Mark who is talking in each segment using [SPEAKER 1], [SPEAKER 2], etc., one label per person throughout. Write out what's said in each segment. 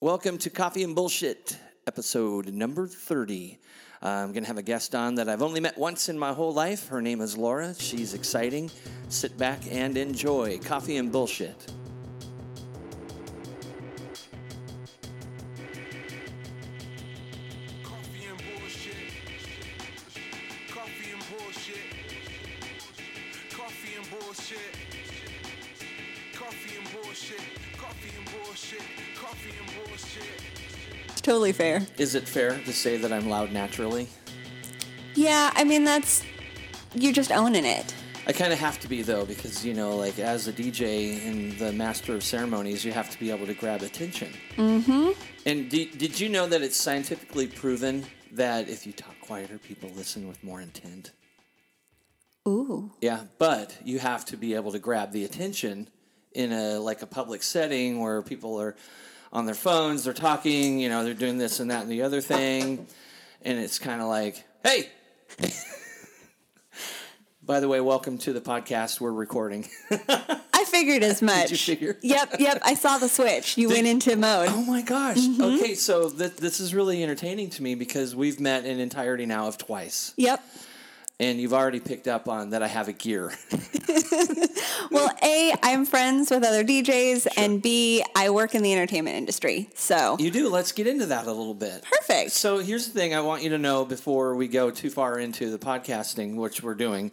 [SPEAKER 1] Welcome to Coffee and Bullshit, episode number 30. Uh, I'm going to have a guest on that I've only met once in my whole life. Her name is Laura. She's exciting. Sit back and enjoy Coffee and Bullshit.
[SPEAKER 2] Coffee and bullshit. Coffee and bullshit. Coffee and bullshit. Coffee and bullshit. Coffee and bullshit. Coffee and bullshit.
[SPEAKER 3] It's totally fair.
[SPEAKER 1] Is it fair to say that I'm loud naturally?
[SPEAKER 3] Yeah, I mean that's you're just owning it.
[SPEAKER 1] I kind of have to be, though, because, you know, like as a DJ and the master of ceremonies, you have to be able to grab attention. Mm-hmm. And did, did you know that it's scientifically proven that if you talk quieter, people listen with more intent?
[SPEAKER 3] Ooh.
[SPEAKER 1] Yeah, but you have to be able to grab the attention in a like a public setting where people are on their phones, they're talking, you know, they're doing this and that and the other thing, and it's kind of like, hey. By the way, welcome to the podcast. We're recording.
[SPEAKER 3] I figured as much.
[SPEAKER 1] you figure?
[SPEAKER 3] Yep, yep. I saw the switch. You went into mode.
[SPEAKER 1] Oh my gosh. Okay, so th- this is really entertaining to me because we've met an entirety now of twice,
[SPEAKER 3] Yep.
[SPEAKER 1] and you've already picked up on that I have a gear.
[SPEAKER 3] Well, A, I'm friends with other DJs, and B, I work in the entertainment industry. So
[SPEAKER 1] You do. Let's get into that a little bit.
[SPEAKER 3] perfect.
[SPEAKER 1] So here's the thing I want you to know before we go too far into the podcasting, which we're doing.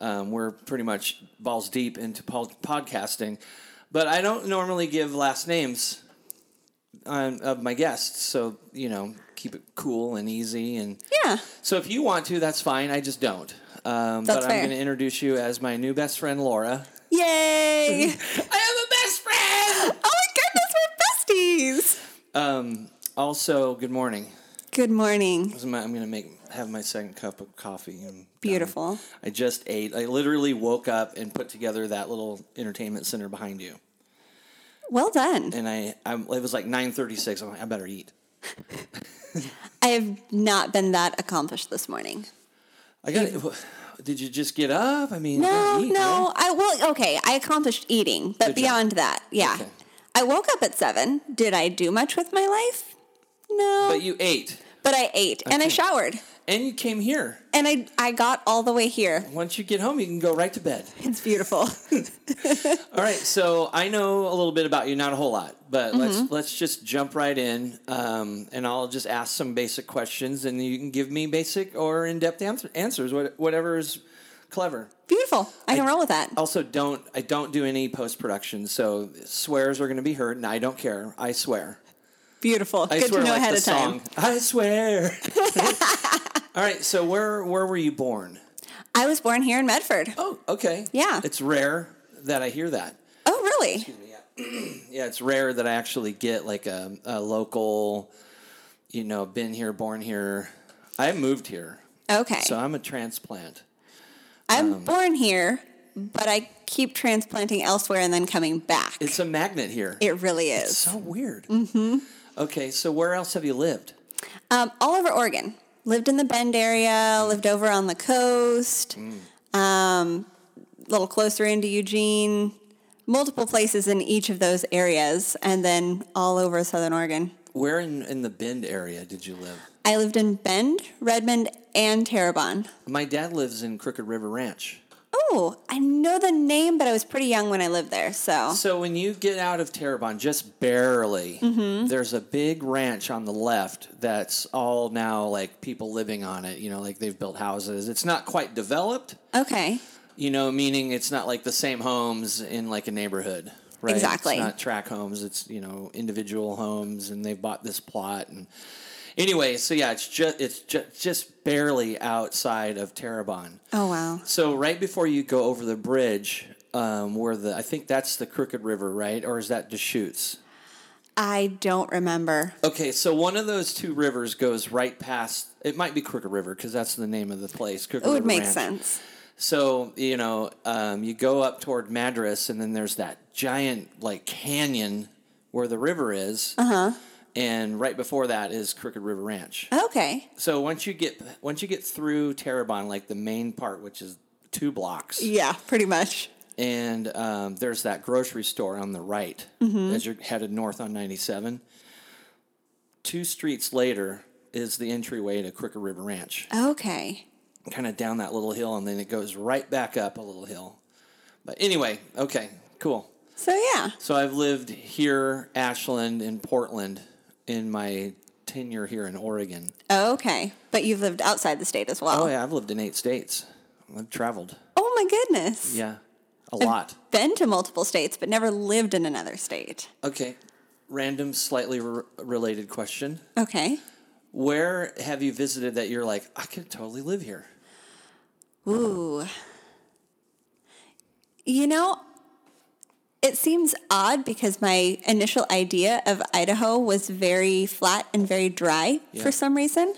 [SPEAKER 1] Um, we're pretty much balls deep into pol- podcasting, but I don't normally give last names um, of my guests. So, you know, keep it cool and easy. And
[SPEAKER 3] yeah.
[SPEAKER 1] so if you want to, that's fine. I just don't. Um,
[SPEAKER 3] That's
[SPEAKER 1] but
[SPEAKER 3] fair.
[SPEAKER 1] I'm going to introduce you as my new best friend, Laura.
[SPEAKER 3] Yay.
[SPEAKER 1] I have a best friend!
[SPEAKER 3] oh my goodness, we're besties.
[SPEAKER 1] Um, also, good morning.
[SPEAKER 3] Good morning.
[SPEAKER 1] I'm going to make have my second cup of coffee. And
[SPEAKER 3] Beautiful.
[SPEAKER 1] I just ate. I literally woke up and put together that little entertainment center behind you.
[SPEAKER 3] Well done.
[SPEAKER 1] And I, I it was like 9:36. I'm like, I better eat.
[SPEAKER 3] I have not been that accomplished this morning.
[SPEAKER 1] I got. Did you just get up? I mean,
[SPEAKER 3] No,
[SPEAKER 1] you eat,
[SPEAKER 3] no.
[SPEAKER 1] right?
[SPEAKER 3] I well, okay. I accomplished eating, but
[SPEAKER 1] Good job.
[SPEAKER 3] beyond that, yeah.
[SPEAKER 1] Okay.
[SPEAKER 3] I woke up at seven. Did I do much with my life? No,
[SPEAKER 1] But you ate,
[SPEAKER 3] but I ate and I showered
[SPEAKER 1] and you came here.
[SPEAKER 3] and I I got all the way here.
[SPEAKER 1] Once you get home, you can go right to bed.
[SPEAKER 3] It's beautiful.
[SPEAKER 1] All right. So I know a little bit about you, not a whole lot, but
[SPEAKER 3] Mm-hmm.
[SPEAKER 1] let's let's just jump right in, um, and I'll just ask some basic questions, and you can give me basic or in-depth answer, answers, what, whatever is clever.
[SPEAKER 3] beautiful. I can roll with that.
[SPEAKER 1] also don't I don't do any post production, so swears are going to be heard, and I don't care. I swear.
[SPEAKER 3] Beautiful.
[SPEAKER 1] I
[SPEAKER 3] Good
[SPEAKER 1] swear
[SPEAKER 3] to know
[SPEAKER 1] like
[SPEAKER 3] ahead
[SPEAKER 1] the
[SPEAKER 3] of time.
[SPEAKER 1] song. I swear. All right, so where where were you born?
[SPEAKER 3] I was born here in Medford. Oh,
[SPEAKER 1] Oh, okay.
[SPEAKER 3] Yeah.
[SPEAKER 1] It's rare that I hear that.
[SPEAKER 3] Oh, really?
[SPEAKER 1] Yeah, it's rare that I actually get like a, a local, you know, been here, born here. I moved here,
[SPEAKER 3] Okay.
[SPEAKER 1] so um, I'm a transplant.
[SPEAKER 3] I'm born here, but I keep transplanting elsewhere and then coming back.
[SPEAKER 1] It's a magnet here.
[SPEAKER 3] It really is.
[SPEAKER 1] It's so weird. Mm-hmm. Okay, so where else have you lived?
[SPEAKER 3] Um, all over Oregon. Lived in the Bend area, lived over on the coast, um, a little closer into Eugene, multiple places in each of those areas, and then all over Southern Oregon.
[SPEAKER 1] Where in, in the Bend area did you live?
[SPEAKER 3] I lived in Bend, Redmond, and Terrebonne.
[SPEAKER 1] My dad lives in Crooked River Ranch.
[SPEAKER 3] Oh, I know the name, but I was pretty young when I lived there, so.
[SPEAKER 1] So when you get out of Terrebonne, just barely, there's a big ranch on the left that's all now like people living on it. You know, like they've built houses. It's not quite developed.
[SPEAKER 3] Okay.
[SPEAKER 1] You know, meaning it's not like the same homes in like a neighborhood. Right?
[SPEAKER 3] Exactly.
[SPEAKER 1] It's not track homes. It's you know individual homes, and they've bought this plot. And anyway, so yeah, it's just it's just just barely outside of Terrebonne.
[SPEAKER 3] Oh, wow.
[SPEAKER 1] So right before you go over the bridge, um, where the I think that's the Crooked River, right? Or is that Deschutes?
[SPEAKER 3] I don't remember.
[SPEAKER 1] Okay, so one of those two rivers goes right past. It might be Crooked River because that's the name of the place. Crooked
[SPEAKER 3] It would
[SPEAKER 1] River
[SPEAKER 3] make
[SPEAKER 1] Ranch.
[SPEAKER 3] sense.
[SPEAKER 1] So you know, um, you go up toward Madras, and then there's that giant like canyon where the river is.
[SPEAKER 3] Uh-huh.
[SPEAKER 1] Uh huh. And right before that is Crooked River Ranch.
[SPEAKER 3] Okay.
[SPEAKER 1] So once you get once you get through Terrebonne, like the main part, which is two blocks,
[SPEAKER 3] Yeah, pretty much.
[SPEAKER 1] and um, there's that grocery store on the right as you're headed north on 97. two streets later is the entryway to Crooked River Ranch.
[SPEAKER 3] Okay.
[SPEAKER 1] kind of down that little hill and then it goes right back up a little hill. But anyway, okay, cool.
[SPEAKER 3] So yeah.
[SPEAKER 1] So I've lived here, Ashland, and Portland in my tenure here in Oregon.
[SPEAKER 3] Oh, Okay. But you've lived outside the state as well.
[SPEAKER 1] Oh, yeah, I've lived in eight states. I've traveled.
[SPEAKER 3] Oh my goodness.
[SPEAKER 1] Yeah, a lot.
[SPEAKER 3] Been to multiple states, but never lived in another state.
[SPEAKER 1] Okay, random, slightly re- related question.
[SPEAKER 3] Okay.
[SPEAKER 1] Where have you visited that you're like, I could totally live here?
[SPEAKER 3] Ooh. You know, it seems odd because my initial idea of Idaho was very flat and very dry
[SPEAKER 1] Yeah.
[SPEAKER 3] for some reason.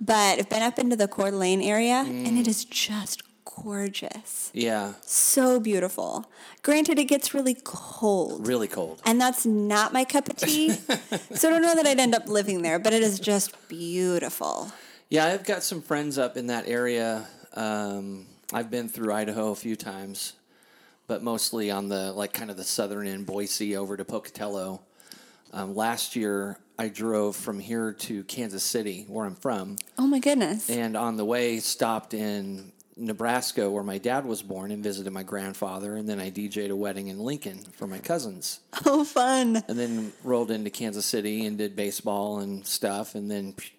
[SPEAKER 3] But I've been up into the Coeur d'Alene area and
[SPEAKER 1] Mm.
[SPEAKER 3] it is just gorgeous.
[SPEAKER 1] Yeah,
[SPEAKER 3] So beautiful. Granted, it gets really cold.
[SPEAKER 1] really cold.
[SPEAKER 3] And that's not my cup of tea. so I don't know that I'd end up living there, but it is just beautiful.
[SPEAKER 1] Yeah, I've got some friends up in that area. Um, I've been through Idaho a few times, but mostly on the like kind of the southern end, Boise over to Pocatello. Um, last year, I drove from here to Kansas City, where I'm from,
[SPEAKER 3] Oh my goodness.
[SPEAKER 1] and on the way stopped in Nebraska, where my dad was born, and visited my grandfather, and then I DJ'd a wedding in Lincoln for my cousins
[SPEAKER 3] Oh, fun.
[SPEAKER 1] and then rolled into Kansas City and did baseball and stuff, and then psh,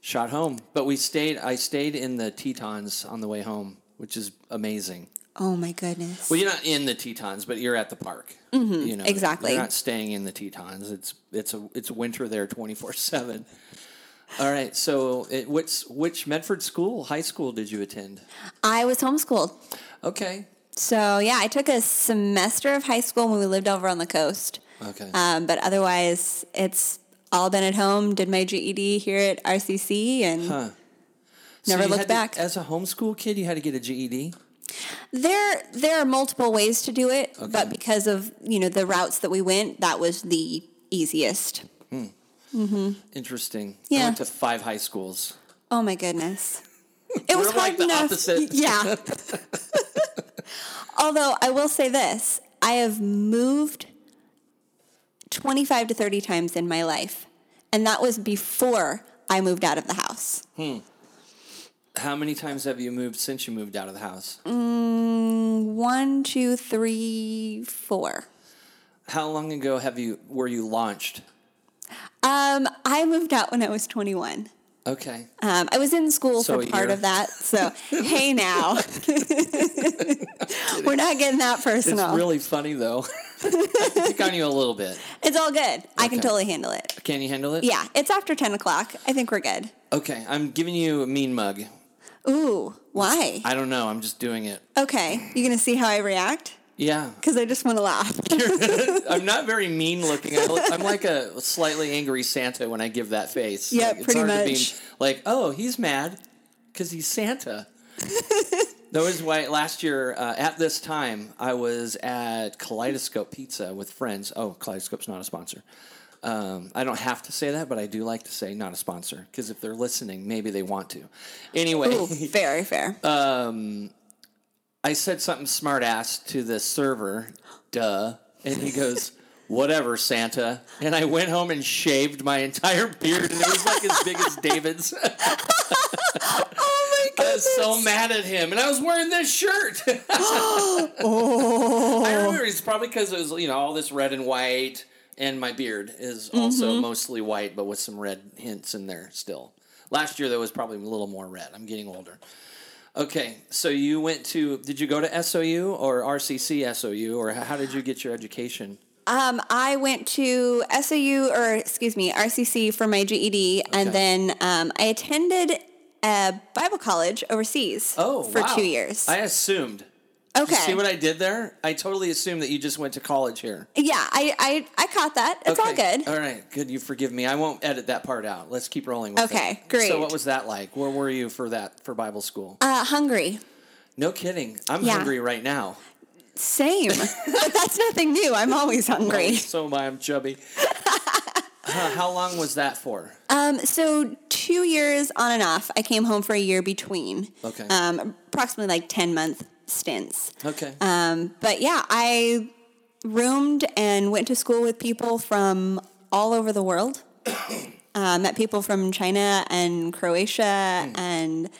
[SPEAKER 1] shot home. But we stayed. I stayed in the Tetons on the way home, which is amazing.
[SPEAKER 3] Oh my goodness.
[SPEAKER 1] Well, you're not in the Tetons, but you're at the park. you know,
[SPEAKER 3] Mm-hmm. exactly.
[SPEAKER 1] You're not staying in the Tetons. It's it's a it's winter there twenty four seven. All right. So, it, which which Medford school, high school, did you attend?
[SPEAKER 3] I was homeschooled.
[SPEAKER 1] Okay.
[SPEAKER 3] So, yeah, I took a semester of high school when we lived over on the coast.
[SPEAKER 1] Okay.
[SPEAKER 3] Um, but otherwise, it's all been at home. Did my GED here at RCC and
[SPEAKER 1] So
[SPEAKER 3] never
[SPEAKER 1] you
[SPEAKER 3] looked
[SPEAKER 1] had to-
[SPEAKER 3] back.
[SPEAKER 1] as a homeschool kid, you had to get a E GED.
[SPEAKER 3] There, there are multiple ways to do it, but because of you know the routes that we went, that was the easiest.
[SPEAKER 1] Interesting. I
[SPEAKER 3] Yeah.
[SPEAKER 1] went to five high schools.
[SPEAKER 3] Oh my goodness, it was
[SPEAKER 1] We're
[SPEAKER 3] hard
[SPEAKER 1] like the
[SPEAKER 3] enough.
[SPEAKER 1] opposite.
[SPEAKER 3] Yeah. Although I will say this, I have moved twenty-five to thirty times in my life, and that was before I moved out of the house.
[SPEAKER 1] How many times have you moved since you moved out of the house?
[SPEAKER 3] One, two, three, four.
[SPEAKER 1] How long ago have you were you launched?
[SPEAKER 3] Um, I moved out when I was twenty-one.
[SPEAKER 1] Okay.
[SPEAKER 3] Um, I was in school
[SPEAKER 1] So
[SPEAKER 3] for
[SPEAKER 1] a
[SPEAKER 3] part
[SPEAKER 1] year.
[SPEAKER 3] of that. So, hey, now. We're not getting that
[SPEAKER 1] It's
[SPEAKER 3] personal. It's,
[SPEAKER 1] really funny though. I can pick on you a little bit.
[SPEAKER 3] all good. I can
[SPEAKER 1] Okay.
[SPEAKER 3] totally handle it.
[SPEAKER 1] Can you handle it?
[SPEAKER 3] Yeah, it's after 10 o'clock. I think we're good.
[SPEAKER 1] Okay, I'm giving you a mean mug.
[SPEAKER 3] Ooh, why?
[SPEAKER 1] I don't know, I'm just doing it.
[SPEAKER 3] Okay, you're going to see how I react?
[SPEAKER 1] Yeah.
[SPEAKER 3] Because I just want to laugh.
[SPEAKER 1] I'm not very mean looking. I look, I'm like a slightly angry Santa when I give that face.
[SPEAKER 3] Yeah,
[SPEAKER 1] Like, it's
[SPEAKER 3] pretty
[SPEAKER 1] hard to
[SPEAKER 3] much.
[SPEAKER 1] be like, oh, he's mad because he's Santa. that was why last year uh, at this time I was at Kaleidoscope Pizza with friends. Oh, Kaleidoscope's not a sponsor. Um, I don't have to say that, but I do like to say not a sponsor because if they're listening, maybe they want to. Anyway,
[SPEAKER 3] Ooh, very fair.
[SPEAKER 1] Uh, I said something smart ass to the server, duh. And he goes, Whatever, Santa. And I went home and shaved my entire beard, and it was like as big as David's.
[SPEAKER 3] oh my
[SPEAKER 1] I was so mad at him, and I was wearing this shirt.
[SPEAKER 3] Oh.
[SPEAKER 1] I remember it's probably because it was you know all this red and white, and my beard is also
[SPEAKER 3] Mm-hmm.
[SPEAKER 1] mostly white, but with some red hints in there still. Last year there was probably a little more red. I'm getting older. Okay, so you went to? Did you go to SOU or RCC SOU, or how did you get your education?
[SPEAKER 3] Um, I went to SOU or excuse me RCC for my GED, and
[SPEAKER 1] Okay.
[SPEAKER 3] then um, I attended a Bible college overseas
[SPEAKER 1] Oh,
[SPEAKER 3] for
[SPEAKER 1] wow.
[SPEAKER 3] two years.
[SPEAKER 1] I assumed.
[SPEAKER 3] okay,
[SPEAKER 1] See what I did there? I totally assumed that you just went to college here.
[SPEAKER 3] yeah, I, I I caught that. It's all
[SPEAKER 1] Okay. Uh,
[SPEAKER 3] good.
[SPEAKER 1] All right, good. You forgive me. I won't edit that part out. Let's keep rolling with it.
[SPEAKER 3] Okay, great.
[SPEAKER 1] So, what was that like? Where were you for that for Bible school?
[SPEAKER 3] Uh, hungry,
[SPEAKER 1] no kidding. I'm
[SPEAKER 3] yeah.
[SPEAKER 1] hungry right now.
[SPEAKER 3] same, but that's nothing new. I'm always hungry.
[SPEAKER 1] So am I. I'm chubby. Huh, how long was that for?
[SPEAKER 3] Um, so two years on and off. I came home for a year between.
[SPEAKER 1] Okay.
[SPEAKER 3] Um, approximately like ten month stints.
[SPEAKER 1] Okay.
[SPEAKER 3] Um, but yeah, I roomed and went to school with people from all over the world. uh, met people from China and Croatia and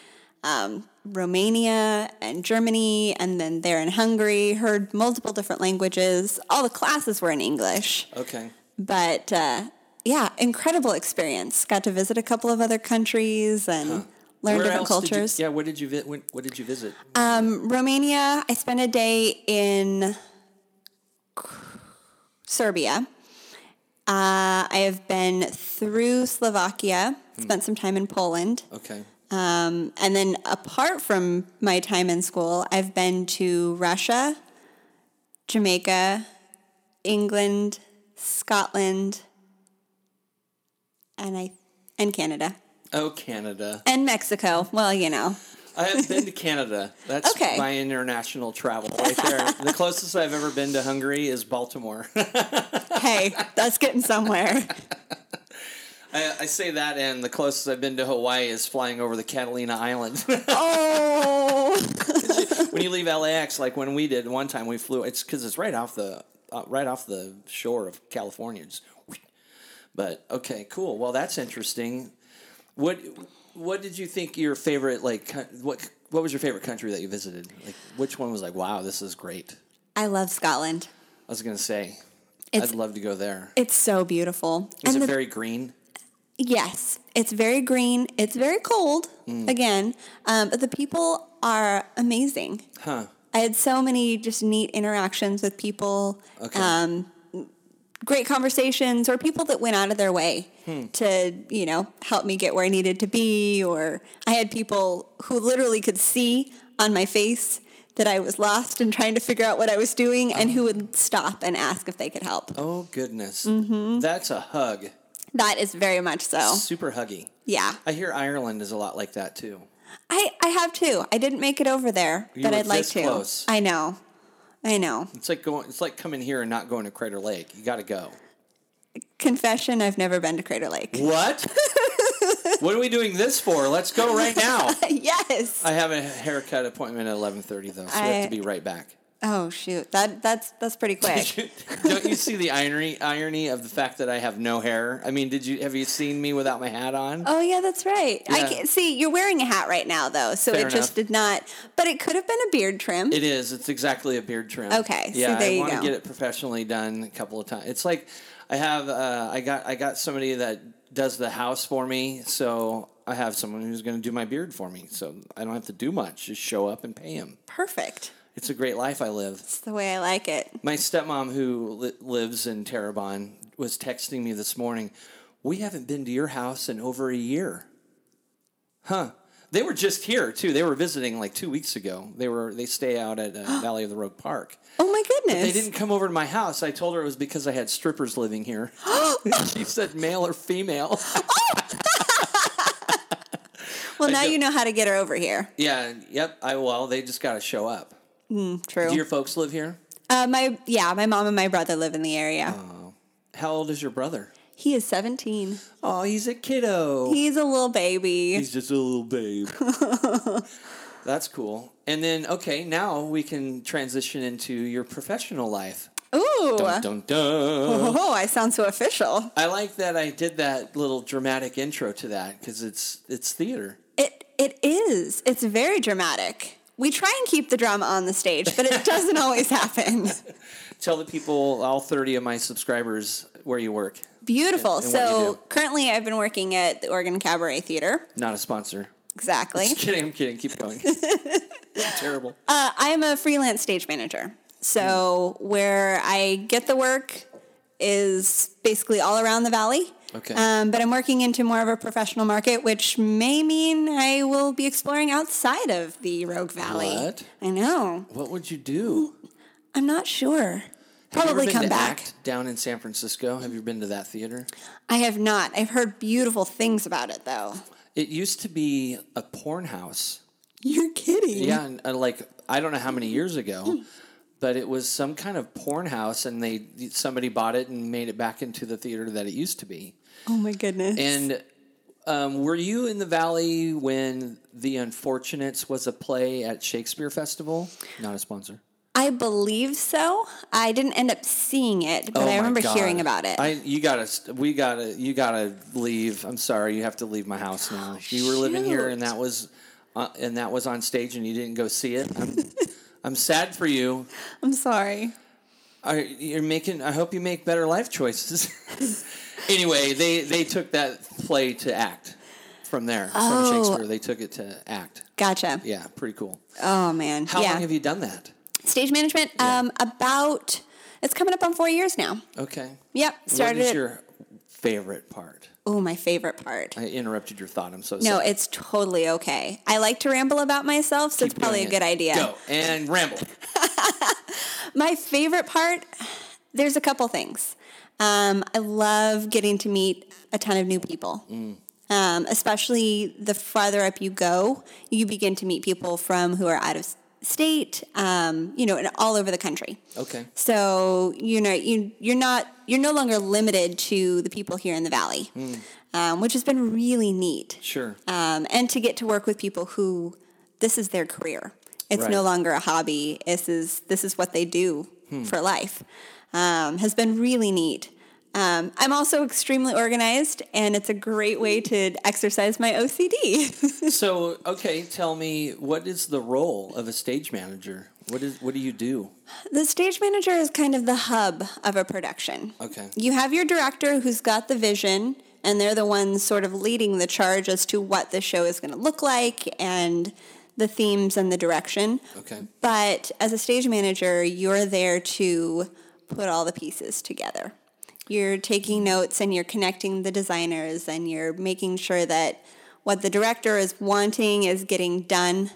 [SPEAKER 3] um, Romania and Germany, and then there in Hungary, heard multiple different languages. All the classes were in English.
[SPEAKER 1] Okay.
[SPEAKER 3] But uh, yeah, incredible experience. Got to visit a couple of other countries and
[SPEAKER 1] Where
[SPEAKER 3] learn different
[SPEAKER 1] else did you-
[SPEAKER 3] cultures.
[SPEAKER 1] yeah. What did you vi- when, What did you visit?
[SPEAKER 3] Romania. I spent a day in Serbia. Uh, I have been through Slovakia,
[SPEAKER 1] Hmm.
[SPEAKER 3] spent some time in Poland.
[SPEAKER 1] okay.
[SPEAKER 3] Um, and then apart from my time in school, I've been to Russia, Jamaica, England, Scotland, and I and Canada.
[SPEAKER 1] Oh, Canada.
[SPEAKER 3] And Mexico. Well, you know.
[SPEAKER 1] I have been to Canada. That's
[SPEAKER 3] Okay.
[SPEAKER 1] my international travel right there. the closest I've ever been to Hungary is Baltimore.
[SPEAKER 3] Hey, that's getting somewhere.
[SPEAKER 1] I, I say that, and the closest I've been to Hawaii is flying over the Catalina Island.
[SPEAKER 3] Oh,
[SPEAKER 1] when you leave LAX, like when we did one time, we flew. It's because it's right off the uh, right off the shore of California. Just but okay, cool. Well, that's interesting. What what did you think your favorite like? co- What what was your favorite country that you visited? Like, which one was like, wow, this is great.
[SPEAKER 3] I love Scotland.
[SPEAKER 1] I was gonna say,
[SPEAKER 3] It's-
[SPEAKER 1] I'd love to go there.
[SPEAKER 3] It's so beautiful.
[SPEAKER 1] Is
[SPEAKER 3] And
[SPEAKER 1] it
[SPEAKER 3] the-
[SPEAKER 1] very green?
[SPEAKER 3] Yes, it's very green. It's very cold
[SPEAKER 1] Mm.
[SPEAKER 3] again, um, but the people are amazing.
[SPEAKER 1] Huh.
[SPEAKER 3] I had so many just neat interactions with people,
[SPEAKER 1] Okay.
[SPEAKER 3] um, great conversations, or people that went out of their way
[SPEAKER 1] Hmm.
[SPEAKER 3] to, you know, help me get where I needed to be. Or I had people who literally could see on my face that I was lost and trying to figure out what I was doing, and who would stop and ask if they could help.
[SPEAKER 1] Oh goodness,
[SPEAKER 3] mm-hmm.
[SPEAKER 1] that's a hug.
[SPEAKER 3] That is very much so.
[SPEAKER 1] Super huggy.
[SPEAKER 3] Yeah.
[SPEAKER 1] I hear Ireland is a lot like that too.
[SPEAKER 3] I, I have too. I didn't make it over there,
[SPEAKER 1] You
[SPEAKER 3] but
[SPEAKER 1] were
[SPEAKER 3] I'd like
[SPEAKER 1] this
[SPEAKER 3] to.
[SPEAKER 1] close.
[SPEAKER 3] I know. I know.
[SPEAKER 1] It's like going. It's like coming here and not going to Crater Lake. You got to go.
[SPEAKER 3] Confession, I've never been to Crater Lake.
[SPEAKER 1] What? what are we doing this for? Let's go right now.
[SPEAKER 3] yes.
[SPEAKER 1] I have a haircut appointment at eleven thirty though, so we have
[SPEAKER 3] I-
[SPEAKER 1] to be right back.
[SPEAKER 3] Oh shoot. That that's that's pretty quick.
[SPEAKER 1] Don't you see the irony irony of the fact that I have no hair? I mean, did you have you seen me without my hat on?
[SPEAKER 3] Oh yeah, that's right. I
[SPEAKER 1] Yeah.
[SPEAKER 3] can see you're wearing a hat right now though, so
[SPEAKER 1] Fair
[SPEAKER 3] it just
[SPEAKER 1] enough.
[SPEAKER 3] did not but it could have been a beard trim.
[SPEAKER 1] It is. It's exactly a beard trim.
[SPEAKER 3] Okay, so
[SPEAKER 1] Yeah,
[SPEAKER 3] there
[SPEAKER 1] I
[SPEAKER 3] you
[SPEAKER 1] want to
[SPEAKER 3] go.
[SPEAKER 1] get it professionally done a couple of times. It's like I have. Uh, I got. I got somebody that does the house for me. So I have someone who's going to do my beard for me. So I don't have to do much. Just show up and pay him.
[SPEAKER 3] Perfect.
[SPEAKER 1] It's a great life I live.
[SPEAKER 3] It's the way I like it.
[SPEAKER 1] My stepmom, who li- lives in Terrebonne, was texting me this morning. We haven't been to your house in over a year. Huh? They were just here too. They were visiting like two weeks ago. They were they stay out at uh, Valley of the Rogue Park.
[SPEAKER 3] Oh my goodness.
[SPEAKER 1] They didn't come over to my house. I told her it was because I had strippers living here. she said male or female.
[SPEAKER 3] well now
[SPEAKER 1] don't-
[SPEAKER 3] you know how to get her over here.
[SPEAKER 1] yeah. Yep. I well, they just got to show up.
[SPEAKER 3] True.
[SPEAKER 1] Do your folks live here?
[SPEAKER 3] uh, my yeah, my mom and my brother live in the area.
[SPEAKER 1] Oh. How old is your brother?
[SPEAKER 3] He is seventeen.
[SPEAKER 1] Oh, he's a kiddo.
[SPEAKER 3] He's a little baby.
[SPEAKER 1] Oh. He's just a little babe. That's cool. And then, okay, now we can transition into your professional life.
[SPEAKER 3] Ooh.
[SPEAKER 1] Dun, dun, dun.
[SPEAKER 3] Oh, I sound so official.
[SPEAKER 1] I like that I did that little dramatic intro to that because it's it's theater.
[SPEAKER 3] It it is. It's very dramatic. We try and keep the drama on the stage, but it doesn't always happen.
[SPEAKER 1] Tell the people, all 30 of my subscribers, where you work.
[SPEAKER 3] Beautiful.
[SPEAKER 1] And- and what you
[SPEAKER 3] so
[SPEAKER 1] do.
[SPEAKER 3] currently, I've been working at the Oregon Cabaret Theater.
[SPEAKER 1] Not a sponsor.
[SPEAKER 3] Exactly.
[SPEAKER 1] Just kidding, I'm kidding. Keep going. Terrible.
[SPEAKER 3] Uh, I'm a freelance stage manager. So
[SPEAKER 1] Hmm.
[SPEAKER 3] where I get the work is basically all around the valley.
[SPEAKER 1] Okay.
[SPEAKER 3] Um, but I'm working into more of a professional market, which may mean I will be exploring outside of the Rogue Valley.
[SPEAKER 1] What?
[SPEAKER 3] I know.
[SPEAKER 1] What would you do?
[SPEAKER 3] I'm not sure.
[SPEAKER 1] Have you ever
[SPEAKER 3] Probably
[SPEAKER 1] been
[SPEAKER 3] come
[SPEAKER 1] to
[SPEAKER 3] back.
[SPEAKER 1] Act down in San Francisco. Have you been to that theater?
[SPEAKER 3] I have not. I've heard beautiful things about it though.
[SPEAKER 1] It used to be a porn house.
[SPEAKER 3] You're kidding.
[SPEAKER 1] Yeah, and, uh, like I don't know how many years
[SPEAKER 3] Mm.
[SPEAKER 1] ago, but it was some kind of porn house, and they somebody bought it and made it back into the theater that it used to be.
[SPEAKER 3] Oh my goodness.
[SPEAKER 1] And um, were you in the valley when The Unfortunates was a play at Shakespeare Festival? Not a sponsor.
[SPEAKER 3] I believe so. I didn't end up seeing it, but
[SPEAKER 1] Oh
[SPEAKER 3] I
[SPEAKER 1] my
[SPEAKER 3] remember
[SPEAKER 1] God.
[SPEAKER 3] hearing about it.
[SPEAKER 1] I you gotta we gotta you gotta leave. I'm sorry, you have to leave my house now. You were living here, and
[SPEAKER 3] Oh, shoot.
[SPEAKER 1] that was uh, and that was on stage, and you didn't go see it. I'm, I'm sad for you.
[SPEAKER 3] I'm sorry.
[SPEAKER 1] I, you're making. I hope you make better life choices. anyway, they they took that play to act from there
[SPEAKER 3] Oh.
[SPEAKER 1] from Shakespeare. They took it to act.
[SPEAKER 3] Gotcha.
[SPEAKER 1] Yeah, pretty cool.
[SPEAKER 3] Oh man.
[SPEAKER 1] How
[SPEAKER 3] yeah.
[SPEAKER 1] long have you done that?
[SPEAKER 3] Stage management. Um, about it's coming up on four years now.
[SPEAKER 1] Okay.
[SPEAKER 3] Yep. Started.
[SPEAKER 1] What is
[SPEAKER 3] it-
[SPEAKER 1] your favorite part?
[SPEAKER 3] oh, my favorite part.
[SPEAKER 1] I interrupted your thought. I'm so
[SPEAKER 3] no,
[SPEAKER 1] sorry.
[SPEAKER 3] it's totally okay. I like to ramble about myself, so it's
[SPEAKER 1] Keep
[SPEAKER 3] probably a
[SPEAKER 1] doing
[SPEAKER 3] good
[SPEAKER 1] it.
[SPEAKER 3] idea.
[SPEAKER 1] Go and ramble.
[SPEAKER 3] My favorite part, there's a couple things. Um, I love getting to meet a ton of new people. Um, especially the farther up you go, you begin to meet people from who are out of s- state, um, you know, and all over the country.
[SPEAKER 1] Okay.
[SPEAKER 3] So you know you you're not you're no longer limited to the people here in the valley, um, which has been really neat.
[SPEAKER 1] Sure.
[SPEAKER 3] Um, and to get to work with people who this is their career. It's
[SPEAKER 1] Right. Hmm.
[SPEAKER 3] no longer a hobby. This is this is what they do for life. Um, has been really neat. Um, I'm also extremely organized, and it's a great way to exercise my OCD.
[SPEAKER 1] So, okay, tell me what is the role of a stage manager? What is what do you do?
[SPEAKER 3] the stage manager is kind of the hub of a production.
[SPEAKER 1] Okay.
[SPEAKER 3] You have your director who's got the vision, and they're the ones sort of leading the charge as to what the show is going to look like and the themes and the direction.
[SPEAKER 1] Okay.
[SPEAKER 3] But as a stage manager, you're there to put all the pieces together. You're taking notes and you're connecting the designers and you're making sure that what the director is wanting is getting done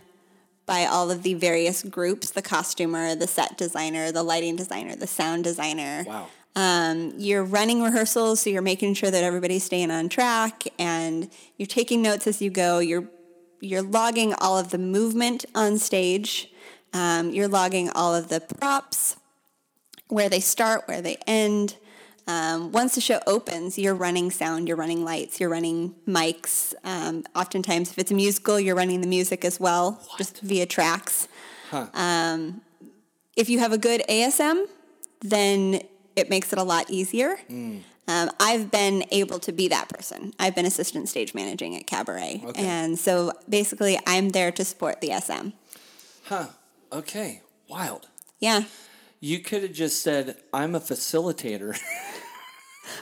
[SPEAKER 3] by all of the various groups the costumer, the set designer, the lighting designer, the sound designer.
[SPEAKER 1] Wow.
[SPEAKER 3] Um, you're running rehearsals, so you're making sure that everybody's staying on track, and you're taking notes as you go. You're you're logging all of the movement on stage. Um, you're logging all of the props, where they start, where they end. Um, once the show opens, you're running sound, you're running lights, you're running mics. Um, oftentimes, if it's a musical, you're running the music as well, just via tracks Um, if you have a good ASM, then it makes it a lot easier.
[SPEAKER 1] Mm.
[SPEAKER 3] Um, I've been able to be that person. I've been assistant stage managing at Cabaret. And so basically, I'm there to support the SM.
[SPEAKER 1] Okay. Wild.
[SPEAKER 3] Yeah.
[SPEAKER 1] You could have just said, I'm a facilitator.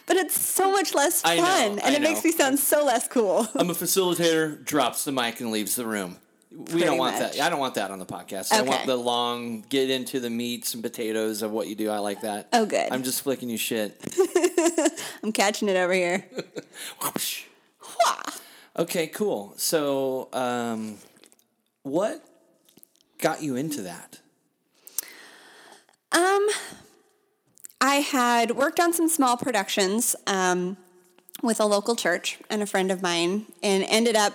[SPEAKER 3] But it's so much less
[SPEAKER 1] I
[SPEAKER 3] fun.
[SPEAKER 1] know,
[SPEAKER 3] and
[SPEAKER 1] I
[SPEAKER 3] it makes
[SPEAKER 1] know.
[SPEAKER 3] me sound so less cool.
[SPEAKER 1] I'm a facilitator, drops the mic and leaves the room. We don't want
[SPEAKER 3] much.
[SPEAKER 1] that. I don't want that on the podcast. I
[SPEAKER 3] Okay.
[SPEAKER 1] want the long get into the meats and potatoes of what you do. I like that.
[SPEAKER 3] Oh, good.
[SPEAKER 1] I'm just flicking you shit.
[SPEAKER 3] I'm catching it over here.
[SPEAKER 1] okay, cool. So, um, what got you into that?
[SPEAKER 3] I had worked on some small productions um, with a local church and a friend of mine, and ended up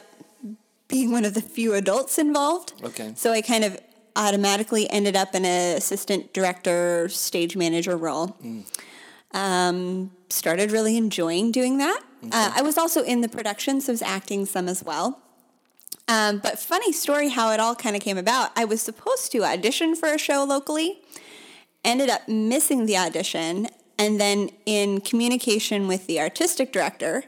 [SPEAKER 3] being one of the few adults involved.
[SPEAKER 1] Okay.
[SPEAKER 3] So I kind of automatically ended up in a assistant director, stage manager role. Um, started really enjoying doing that. Uh, I was also in the production, so I was acting some as well. Um, but funny story how it all kind of came about. I was supposed to audition for a show locally ended up missing the audition and then in communication with the artistic director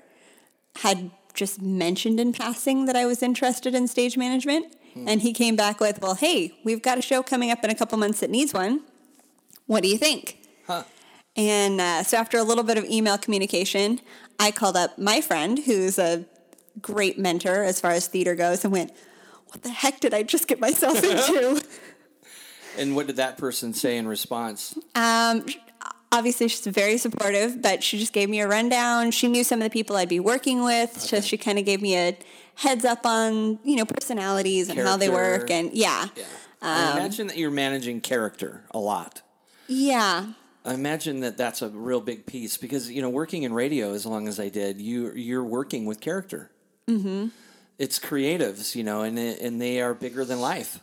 [SPEAKER 3] had just mentioned in passing that I was interested in stage management and he came back with well hey we've got a show coming up in a couple months that needs one what do you think and uh, so after a little bit of email communication I called up my friend who's a great mentor as far as theater goes and went what the heck did I just get myself into
[SPEAKER 1] And what did that person say in response?
[SPEAKER 3] Um, sh- obviously, she's very supportive, but she just gave me a rundown. She knew some of the people I'd be working with, so she kind of gave me a heads up on you know personalities and how they work,
[SPEAKER 1] Character.
[SPEAKER 3] and yeah, yeah.
[SPEAKER 1] I imagine that you're managing character a lot. I imagine that that's a real big piece because you know working in radio as long as I did, you you're working with character. Mm-hmm. It's creatives, you know, and it- and they are bigger than life.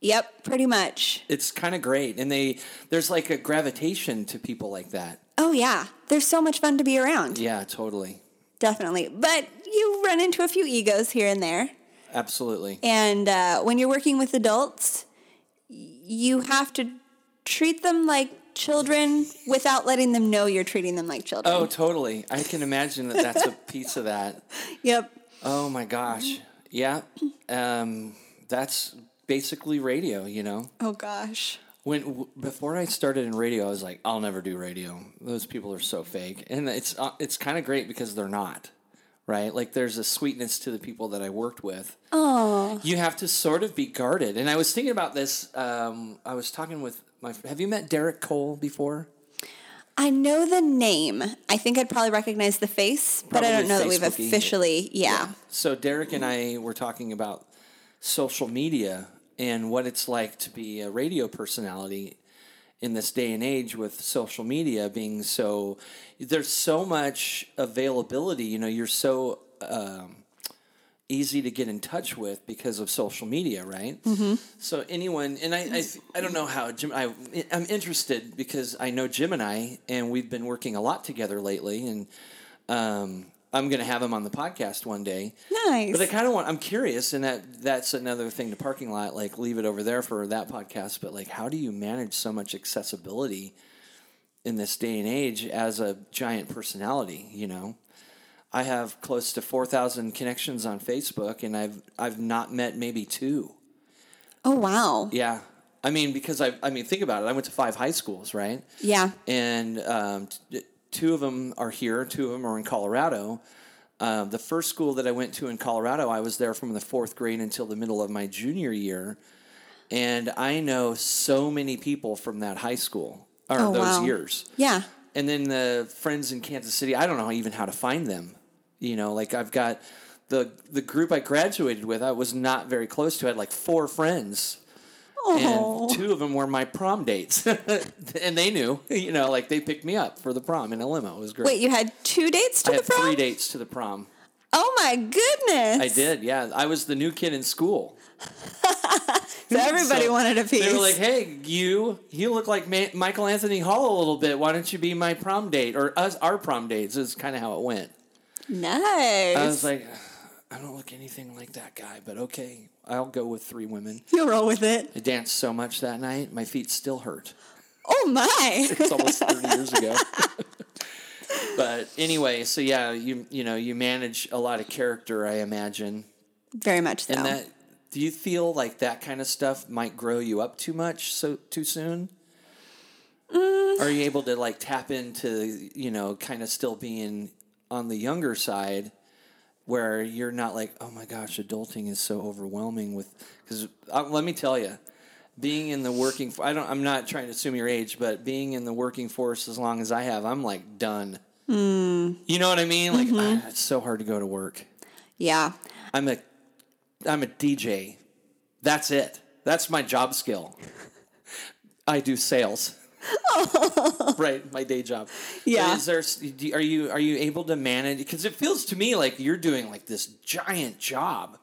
[SPEAKER 3] Yep, pretty much.
[SPEAKER 1] It's kind of great, and they there's like a gravitation to people like that.
[SPEAKER 3] Oh yeah, they're so much fun to be around.
[SPEAKER 1] Yeah, totally,
[SPEAKER 3] Definitely, but you run into a few egos here and there.
[SPEAKER 1] absolutely.
[SPEAKER 3] And uh, when you're working with adults, you have to treat them like children without letting them know you're treating them like children.
[SPEAKER 1] Oh, totally. I can imagine that that's a piece of that.
[SPEAKER 3] Yep.
[SPEAKER 1] Oh my gosh. Yeah. Um, that's basically radio, you know?
[SPEAKER 3] Oh gosh.
[SPEAKER 1] When w- before I started in radio, I was like, I'll never do radio. Those people are so fake, and it's uh, it's kind of great because they're not, right? Like there's a sweetness to the people that I worked with. Oh, you have to sort of be guarded. And I was thinking about this. Um, I was talking with my. fr- Have you met Derek Cole before?
[SPEAKER 3] I know the name. I think I'd probably recognize the face, but I
[SPEAKER 1] Probably
[SPEAKER 3] don't know that we've
[SPEAKER 1] Facebooky.
[SPEAKER 3] officially. Yeah.
[SPEAKER 1] So Derek and I were talking about social media and what it's like to be a radio personality in this day and age with social media being so there's so much availability you know you're so um, easy to get in touch with because of social media right mm-hmm. so anyone and I, I i don't know how jim i i'm interested because i know jim and i and we've been working a lot together lately and um i'm gonna have him on the podcast one day
[SPEAKER 3] Nice.
[SPEAKER 1] but I kind of want. I'm curious, and that that's another thing. The parking lot, like, leave it over there for that podcast. But like, how do you manage so much accessibility in this day and age as a giant personality? You know, I have close to four thousand connections on Facebook, and I've I've not met maybe two.
[SPEAKER 3] oh wow.
[SPEAKER 1] Yeah, I mean, because I I mean, think about it. I went to five high schools, right?
[SPEAKER 3] Yeah.
[SPEAKER 1] and um, t- two of them are here, two of them are in Colorado. Um, the first school that I went to in Colorado, I was there from the fourth grade until the middle of my junior year, and I know so many people from that high school or
[SPEAKER 3] Oh,
[SPEAKER 1] those
[SPEAKER 3] wow.
[SPEAKER 1] years.
[SPEAKER 3] Yeah.
[SPEAKER 1] And then the friends in Kansas City, I don't know even how to find them. You know, like I've got the the group I graduated with, I was not very close to. I had like four friends
[SPEAKER 3] Oh.
[SPEAKER 1] and two of them were my prom dates, and they knew. You know, like they picked me up for the prom in a limo. It was great.
[SPEAKER 3] Wait, you had two dates to
[SPEAKER 1] I
[SPEAKER 3] the
[SPEAKER 1] had
[SPEAKER 3] prom?
[SPEAKER 1] three dates to the prom.
[SPEAKER 3] Oh my goodness.
[SPEAKER 1] I did. Yeah, I was the new kid in school.
[SPEAKER 3] So everybody
[SPEAKER 1] So
[SPEAKER 3] wanted a piece.
[SPEAKER 1] They were like, "Hey, you, you look like Ma- Michael Anthony Hall a little bit. Why don't you be my prom date or us our prom dates?" Is kind of how it went.
[SPEAKER 3] nice.
[SPEAKER 1] I was like, "I don't look anything like that guy, but okay, I'll go with three women."
[SPEAKER 3] You'll roll with it.
[SPEAKER 1] I danced so much that night, my feet still hurt.
[SPEAKER 3] Oh my.
[SPEAKER 1] it's almost 30 years ago. but anyway, so yeah, you you know, you manage a lot of character, I imagine.
[SPEAKER 3] Very much so.
[SPEAKER 1] And that do you feel like that kind of stuff might grow you up too much so too soon? Are you able to like tap into, you know, kind of still being on the younger side where you're not like, "Oh my gosh, adulting is so overwhelming with cuz uh, let me tell you, being in the working I don't I'm not trying to assume your age, but being in the working force as long as I have, I'm like done. You know what I mean? Like ah, it's so hard to go to work.
[SPEAKER 3] yeah.
[SPEAKER 1] I'm a I'm a DJ. That's it. That's my job skill. I do sales. right, my day job.
[SPEAKER 3] Yeah.
[SPEAKER 1] But Is there s- do- are you are you able to manage because it feels to me like you're doing like this giant job.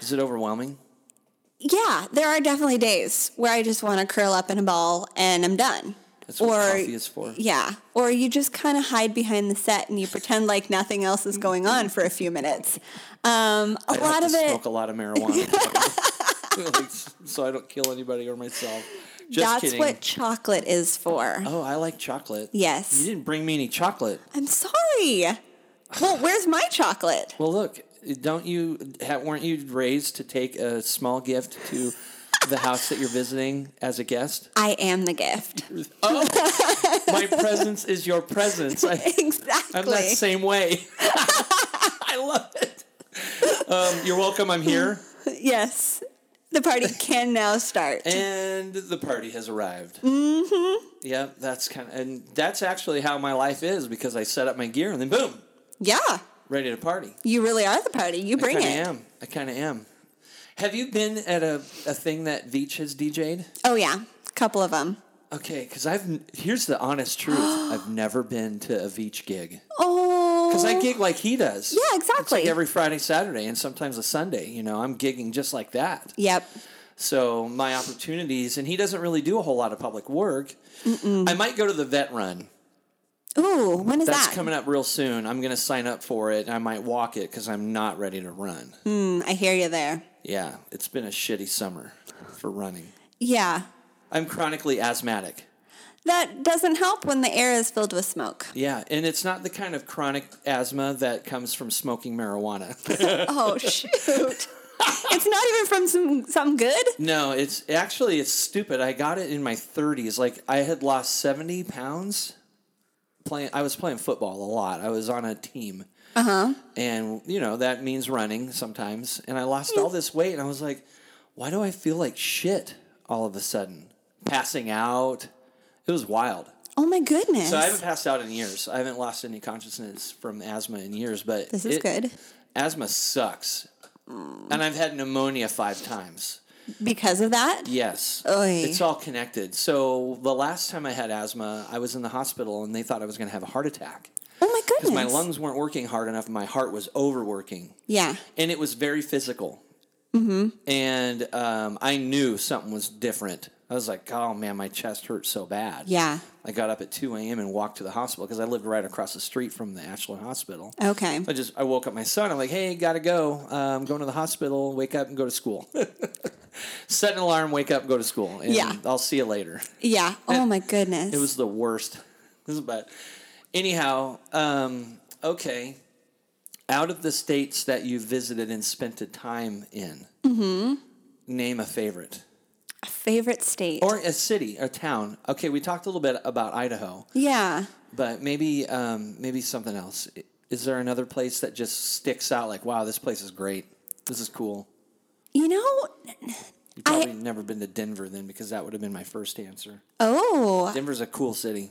[SPEAKER 1] Is it overwhelming?
[SPEAKER 3] Yeah. There are definitely days where I just want to curl up in a ball and I'm done.
[SPEAKER 1] That's what coffee is for.
[SPEAKER 3] Yeah. Or you just kind of hide behind the set and you pretend like nothing else is going on for a few minutes. Um, a
[SPEAKER 1] I'd have
[SPEAKER 3] lot
[SPEAKER 1] to
[SPEAKER 3] of it.
[SPEAKER 1] smoke a lot of marijuana. Like, s- so I don't kill anybody or myself. Just
[SPEAKER 3] that's
[SPEAKER 1] kidding.
[SPEAKER 3] what chocolate is for.
[SPEAKER 1] Oh, I like chocolate.
[SPEAKER 3] Yes.
[SPEAKER 1] You didn't bring me any chocolate.
[SPEAKER 3] I'm sorry. Well, where's my chocolate?
[SPEAKER 1] Well, look, don't you ha- weren't you raised to take a small gift to the house that you're visiting as a guest?
[SPEAKER 3] I am the gift.
[SPEAKER 1] Oh, my presence is your presence. I,
[SPEAKER 3] exactly.
[SPEAKER 1] I'm that same way. I love it. Um, you're welcome. I'm here,
[SPEAKER 3] Yes. The party can now start.
[SPEAKER 1] and the party has arrived. Mm-hmm. Yeah, that's kind of, and that's actually how my life is because I set up my gear and then boom,
[SPEAKER 3] yeah.
[SPEAKER 1] ready to party.
[SPEAKER 3] You really are the party. You bring
[SPEAKER 1] I kind
[SPEAKER 3] it.
[SPEAKER 1] of am. I kind of am. Have you been at a, a thing that Veach has DJ'd?
[SPEAKER 3] Oh yeah. Couple of them.
[SPEAKER 1] Okay, because I've here's the honest truth. I've never been to a Veach gig
[SPEAKER 3] Oh.
[SPEAKER 1] because I gig like he does.
[SPEAKER 3] Yeah,
[SPEAKER 1] It's like
[SPEAKER 3] exactly.
[SPEAKER 1] every Friday, Saturday, and sometimes a Sunday. You know, I'm gigging just like that.
[SPEAKER 3] Yep.
[SPEAKER 1] So my opportunities, and he doesn't really do a whole lot of public work. I might go to the vet run.
[SPEAKER 3] Ooh, when is
[SPEAKER 1] That's
[SPEAKER 3] that?
[SPEAKER 1] coming up real soon. I'm going to sign up for it. And I might walk it because I'm not ready to run.
[SPEAKER 3] Mm, I hear you there.
[SPEAKER 1] Yeah, it's been a shitty summer for running.
[SPEAKER 3] Yeah.
[SPEAKER 1] I'm chronically asthmatic.
[SPEAKER 3] That doesn't help when the air is filled with smoke.
[SPEAKER 1] Yeah, and it's not the kind of chronic asthma that comes from smoking marijuana.
[SPEAKER 3] Oh shoot! it's not even from some something good.
[SPEAKER 1] No, it's actually it's stupid. I got it in my 30s. Like I had lost 70 pounds playing I was playing football a lot. I was on a team. Uh-huh. And you know, that means running sometimes. And I lost all this weight and I was like, why do I feel like shit all of a sudden? Passing out. It was wild.
[SPEAKER 3] Oh my goodness!
[SPEAKER 1] So I haven't passed out in years. I haven't lost any consciousness from asthma in years, but
[SPEAKER 3] This is
[SPEAKER 1] it-
[SPEAKER 3] good.
[SPEAKER 1] Asthma sucks. And I've had pneumonia 5 times.
[SPEAKER 3] because of that.
[SPEAKER 1] Yes.
[SPEAKER 3] Oy.
[SPEAKER 1] It's all connected. So the last time I had asthma, I was in the hospital and they thought I was going to have a heart attack
[SPEAKER 3] Oh my
[SPEAKER 1] because
[SPEAKER 3] goodness!
[SPEAKER 1] my lungs weren't working hard enough. and My heart was overworking
[SPEAKER 3] Yeah.
[SPEAKER 1] and it was very physical. Mm-hmm. And um, I knew something was different. I was like, oh man, my chest hurts so bad.
[SPEAKER 3] Yeah.
[SPEAKER 1] I got up at 2 a.m. and walked to the hospital because I lived right across the street from the Ashland Hospital.
[SPEAKER 3] Okay.
[SPEAKER 1] I just I woke up my son. I'm like, hey, gotta go. Uh, I'm going to the hospital. Wake up and go to school. Set an alarm. Wake up. Go to school. And
[SPEAKER 3] Yeah.
[SPEAKER 1] I'll see you later.
[SPEAKER 3] Yeah. Oh my goodness.
[SPEAKER 1] It was the worst. This is bad. Anyhow, um, okay. Out of the states that you visited and spent a time in, name a favorite
[SPEAKER 3] a favorite state.
[SPEAKER 1] or a city, a town. Okay, we talked a little bit about Idaho,
[SPEAKER 3] yeah.
[SPEAKER 1] but maybe um, maybe something else. Is there another place that just sticks out? Like, wow, this place is great. This is cool.
[SPEAKER 3] You know.
[SPEAKER 1] You've
[SPEAKER 3] I-
[SPEAKER 1] probably never been to Denver then, because that would have been my first answer.
[SPEAKER 3] Oh.
[SPEAKER 1] Denver's a cool city.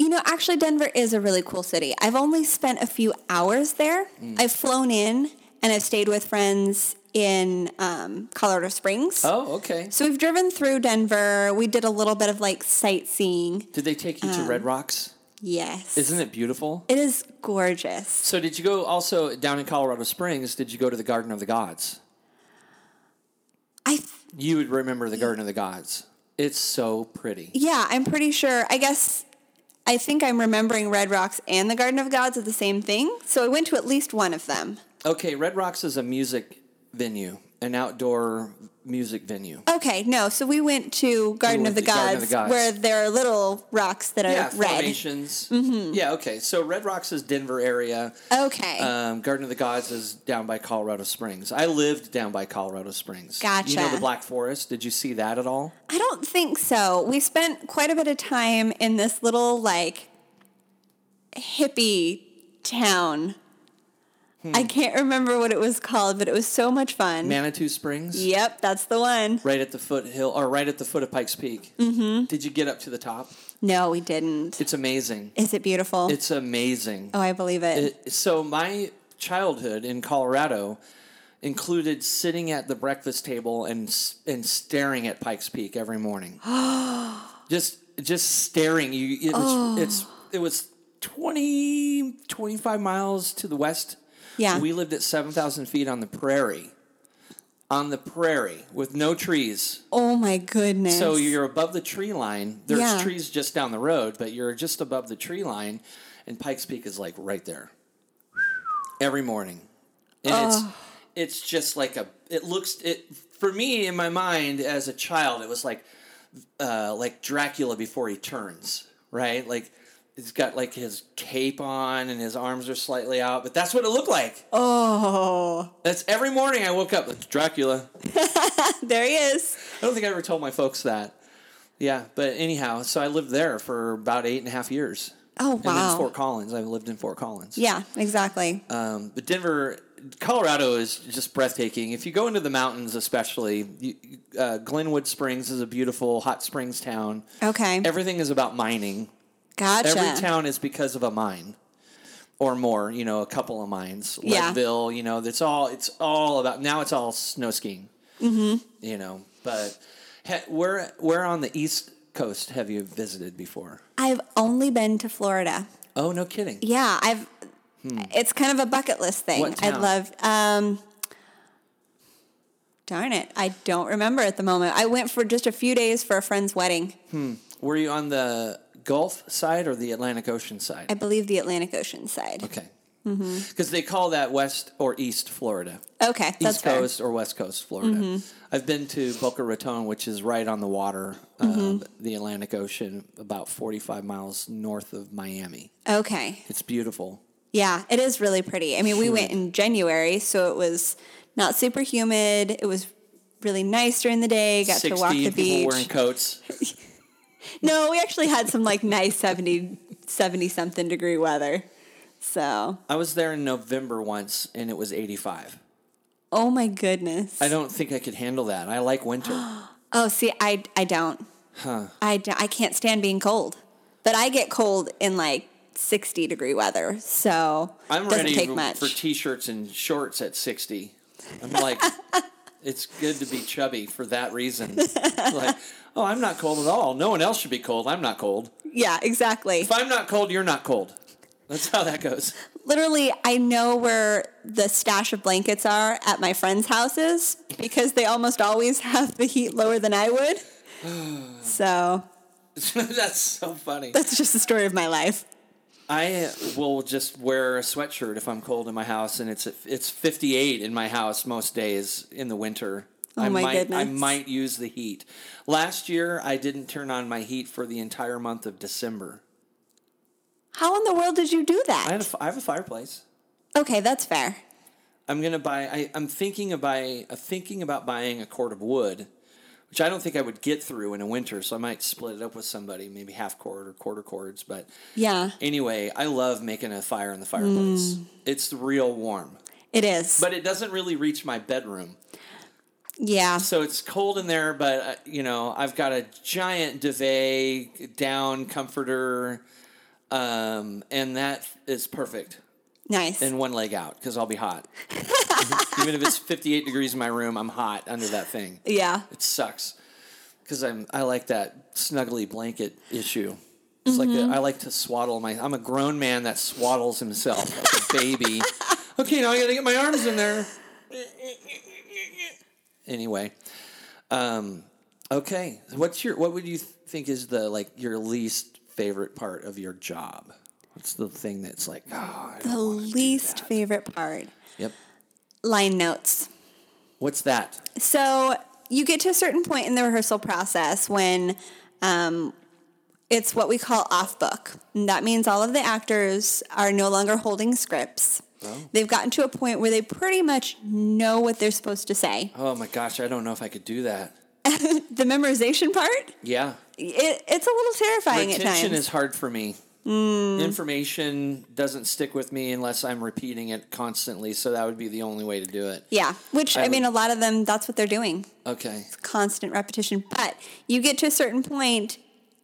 [SPEAKER 3] You know, actually, Denver is a really cool city. I've only spent a few hours there.
[SPEAKER 1] Mm.
[SPEAKER 3] I've flown in and I've stayed with friends in um, Colorado Springs.
[SPEAKER 1] Oh, okay.
[SPEAKER 3] So we've driven through Denver. We did a little bit of like sightseeing.
[SPEAKER 1] Did they take you to Red Rocks?
[SPEAKER 3] Yes.
[SPEAKER 1] Isn't it beautiful?
[SPEAKER 3] it is gorgeous.
[SPEAKER 1] So did you go also down in Colorado Springs? Did you go to the Garden of the Gods?
[SPEAKER 3] I, th-
[SPEAKER 1] You would remember the Garden of the Gods. It's so pretty.
[SPEAKER 3] yeah, I'm pretty sure. I guess I think I'm remembering Red Rocks and the Garden of Gods are the same thing. So I went to at least one of them.
[SPEAKER 1] Okay, Red Rocks is a music venue, an outdoor music venue.
[SPEAKER 3] Okay, no. So we went to Garden,
[SPEAKER 1] went
[SPEAKER 3] of, the
[SPEAKER 1] to Garden of the
[SPEAKER 3] Gods,
[SPEAKER 1] Gods.
[SPEAKER 3] where there are little rocks that are
[SPEAKER 1] Yeah,
[SPEAKER 3] red. Mm-hmm.
[SPEAKER 1] formations. Yeah, okay. So Red Rocks is Denver area.
[SPEAKER 3] Okay.
[SPEAKER 1] Um, Garden of the Gods is down by Colorado Springs. I lived down by Colorado Springs. You know
[SPEAKER 3] Gotcha.
[SPEAKER 1] the Black Forest? Did you see that at all?
[SPEAKER 3] I don't think so. We spent quite a bit of time in this little like hippie town.
[SPEAKER 1] Hmm.
[SPEAKER 3] I can't remember what it was called, but it was so much fun.
[SPEAKER 1] Manitou Springs?
[SPEAKER 3] Yep, that's the one.
[SPEAKER 1] Right at the foothill, or right at the foot of Pikes Peak. Mm-hmm. Did you get up to the top?
[SPEAKER 3] No, we didn't.
[SPEAKER 1] It's amazing.
[SPEAKER 3] Is it beautiful?
[SPEAKER 1] It's amazing.
[SPEAKER 3] oh, I believe it.
[SPEAKER 1] It- Uh, so my childhood in Colorado included sitting at the breakfast table and s- and staring at Pikes Peak every morning. just just staring. You it was,
[SPEAKER 3] Oh.
[SPEAKER 1] it's it was 20 25 miles to the west.
[SPEAKER 3] yeah.
[SPEAKER 1] We lived at 7,000 feet on the prairie. On the prairie with no trees.
[SPEAKER 3] oh my goodness.
[SPEAKER 1] So you're above the tree line. There's
[SPEAKER 3] Yeah.
[SPEAKER 1] trees just down the road, but you're just above the tree line, and Pikes Peak is like right there every morning, and it's it's just like a. It looks it for me in my mind as a child. It was like uh, like Dracula before he turns, right? Like he's got like his cape on and his arms are slightly out, but that's what it looked like.
[SPEAKER 3] oh,
[SPEAKER 1] That's every morning I woke up. It's Dracula.
[SPEAKER 3] there he is.
[SPEAKER 1] I don't think I ever told my folks that. Yeah, but anyhow, so I lived there for about eight and a half years.
[SPEAKER 3] Oh
[SPEAKER 1] And then
[SPEAKER 3] wow.
[SPEAKER 1] Fort Collins. I lived in Fort Collins.
[SPEAKER 3] yeah, exactly.
[SPEAKER 1] Um, but Denver, Colorado is just breathtaking. If you go into the mountains, especially, you, uh, Glenwood Springs is a beautiful hot springs town.
[SPEAKER 3] okay.
[SPEAKER 1] Everything is about mining.
[SPEAKER 3] gotcha.
[SPEAKER 1] Every town is because of a mine or more, you know, a couple of mines.
[SPEAKER 3] Yeah.
[SPEAKER 1] Leadville, you know, it's all it's all about now it's all snow skiing. Mm-hmm. You know, but he, where where on the east coast have you visited before?
[SPEAKER 3] I've only been to Florida.
[SPEAKER 1] Oh, no kidding.
[SPEAKER 3] Yeah, I've. It's kind of a bucket list thing.
[SPEAKER 1] Hmm. What
[SPEAKER 3] I
[SPEAKER 1] town?
[SPEAKER 3] love. Um, darn it, I don't remember at the moment. I went for just a few days for a friend's wedding.
[SPEAKER 1] Were you on the Gulf side or the Atlantic Ocean side?
[SPEAKER 3] I believe the Atlantic Ocean side.
[SPEAKER 1] okay.
[SPEAKER 3] Mm-hmm.
[SPEAKER 1] because they call that West or East Florida,
[SPEAKER 3] Okay, that's
[SPEAKER 1] East
[SPEAKER 3] fair. Mm-hmm.
[SPEAKER 1] Coast or West Coast Florida. I've been to Boca Raton, which is right on the water, um,
[SPEAKER 3] Mm-hmm.
[SPEAKER 1] the Atlantic Ocean, about forty-five miles north of Miami.
[SPEAKER 3] Okay.
[SPEAKER 1] It's beautiful.
[SPEAKER 3] Yeah, it is really pretty. I mean, we went in January, so it was not super humid. It was really nice during the day. Got to walk the
[SPEAKER 1] people
[SPEAKER 3] beach.
[SPEAKER 1] wearing coats.
[SPEAKER 3] No, we actually had some like nice 70, 70 something degree weather. So,
[SPEAKER 1] I was there in November once, and it was eighty-five.
[SPEAKER 3] oh my goodness.
[SPEAKER 1] I don't think I could handle that. I like winter.
[SPEAKER 3] Oh, see, I, I don't. Huh. I, d- I can't stand being cold. But I get cold in like 60 degree weather. So,
[SPEAKER 1] I'm
[SPEAKER 3] doesn't
[SPEAKER 1] ready
[SPEAKER 3] take
[SPEAKER 1] for-
[SPEAKER 3] much.
[SPEAKER 1] for t-shirts and shorts at 60. I'm like, it's good to be chubby for that reason. like, oh, I'm not cold at all. No one else should be cold. I'm not cold.
[SPEAKER 3] yeah, exactly.
[SPEAKER 1] If I'm not cold, you're not cold. That's how that goes.
[SPEAKER 3] literally I know where the stash of blankets are at my friends' houses because they almost always have the heat lower than I would. So
[SPEAKER 1] That's so funny.
[SPEAKER 3] that's just the story of my life.
[SPEAKER 1] I will just wear a sweatshirt if I'm cold in my house, and it's it's 58 in my house most days in the winter.
[SPEAKER 3] Oh
[SPEAKER 1] I
[SPEAKER 3] my
[SPEAKER 1] might, I
[SPEAKER 3] goodness.
[SPEAKER 1] might use the heat. Last year, I didn't turn on my heat for the entire month of December.
[SPEAKER 3] How in the world did you do
[SPEAKER 1] I, had a
[SPEAKER 3] that?
[SPEAKER 1] f I have a fireplace.
[SPEAKER 3] Okay, that's fair.
[SPEAKER 1] I'm gonna buy. I, I'm thinking of buy, uh, thinking about buying a cord of wood, which I don't think I would get through in a winter. So I might split it up with somebody, maybe half cord or quarter cords. But
[SPEAKER 3] Yeah,
[SPEAKER 1] anyway, I love making a fire in the fireplace. It's real warm,
[SPEAKER 3] it is.
[SPEAKER 1] but it doesn't really reach my bedroom.
[SPEAKER 3] yeah.
[SPEAKER 1] So it's cold in there, but uh, you know I've got a giant duvet down comforter, um, and that is perfect.
[SPEAKER 3] Nice.
[SPEAKER 1] and one leg out because I'll be hot. Even if it's 58 degrees in my room, I'm hot under that thing.
[SPEAKER 3] yeah.
[SPEAKER 1] It sucks because I'm I like that snuggly blanket issue. It's like a, I like to swaddle my. I'm a grown man that swaddles himself like a baby. Okay, now I got to get my arms in there. Anyway, um, okay. What's your what would you think is the like your least favorite part of your job? What's the thing that's like? Oh, I don't
[SPEAKER 3] The
[SPEAKER 1] wanna do
[SPEAKER 3] least favorite part
[SPEAKER 1] Yep.
[SPEAKER 3] line notes.
[SPEAKER 1] What's that?
[SPEAKER 3] So you get to a certain point in the rehearsal process when um, it's what we call off book. And that means all of the actors are no longer holding scripts.
[SPEAKER 1] Oh.
[SPEAKER 3] They've gotten to a point where they pretty much know what they're supposed to say.
[SPEAKER 1] Oh my gosh, I don't know if I could do that.
[SPEAKER 3] The memorization part,
[SPEAKER 1] Yeah.
[SPEAKER 3] it, it's a little terrifying at
[SPEAKER 1] Retention
[SPEAKER 3] times. Hmm.
[SPEAKER 1] is hard for me. Information doesn't stick with me unless I'm repeating it constantly, so that would be the only way to do it.
[SPEAKER 3] yeah, which I,
[SPEAKER 1] I
[SPEAKER 3] mean,
[SPEAKER 1] would-
[SPEAKER 3] a lot of them, that's what they're doing
[SPEAKER 1] Okay.
[SPEAKER 3] constant repetition. But you get to a certain point,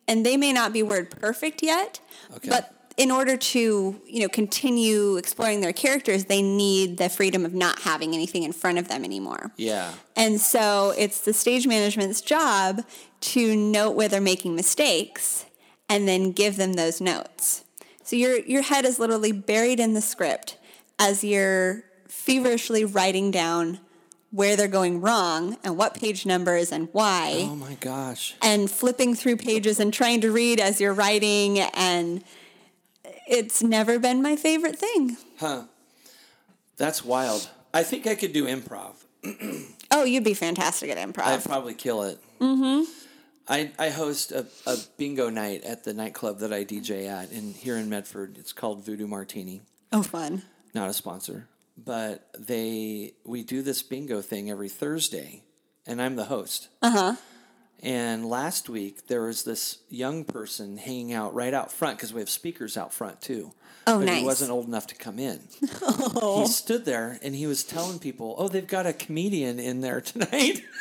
[SPEAKER 3] and they may not be word perfect yet,
[SPEAKER 1] Okay.
[SPEAKER 3] but in order to you know continue exploring their characters, they need the freedom of not having anything in front of them anymore.
[SPEAKER 1] Yeah.
[SPEAKER 3] And so it's the stage management's job to note where they're making mistakes and then give them those notes. So your your head is literally buried in the script as you're feverishly writing down where they're going wrong and what page numbers and why
[SPEAKER 1] Oh my gosh.
[SPEAKER 3] and flipping through pages and trying to read as you're writing and it's never been my favorite thing.
[SPEAKER 1] That's wild. I think I could do improv.
[SPEAKER 3] Oh, you'd be fantastic at improv.
[SPEAKER 1] I'd probably kill it. Mm-hmm. I, I host a, a bingo night at the nightclub that I DJ at in here in Medford. It's called Voodoo Martini.
[SPEAKER 3] oh, fun.
[SPEAKER 1] not a sponsor, but they we do this bingo thing every Thursday, and I'm the host. Uh huh.
[SPEAKER 3] Uh-huh.
[SPEAKER 1] And last week there was this young person hanging out right out front because we have speakers out front too.
[SPEAKER 3] Oh,
[SPEAKER 1] but
[SPEAKER 3] nice.
[SPEAKER 1] He wasn't old enough to come in. He stood there and he was telling people, "Oh, they've got a comedian in there tonight."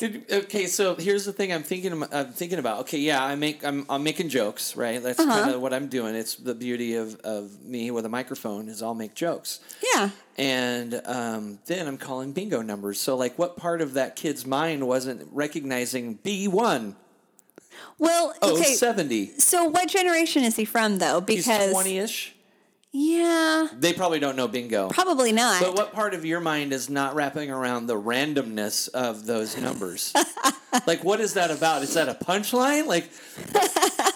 [SPEAKER 1] Did- okay, so here's the thing I'm thinking I'm thinking about. Okay, yeah, I make I'm I'm making jokes, right? That's
[SPEAKER 3] Uh-huh.
[SPEAKER 1] kind of what I'm doing. It's the beauty of of me with a microphone is I'll make jokes.
[SPEAKER 3] Yeah.
[SPEAKER 1] And um, then I'm calling bingo numbers. So like what part of that kid's mind wasn't recognizing B1
[SPEAKER 3] Well,
[SPEAKER 1] Oh,
[SPEAKER 3] okay.
[SPEAKER 1] 070?
[SPEAKER 3] So what generation is he from though?
[SPEAKER 1] He's
[SPEAKER 3] Because
[SPEAKER 1] 20ish.
[SPEAKER 3] yeah,
[SPEAKER 1] They probably don't know bingo.
[SPEAKER 3] probably not.
[SPEAKER 1] But what part of your mind is not wrapping around the randomness of those numbers? like, what is that about? Is that a punchline? Like,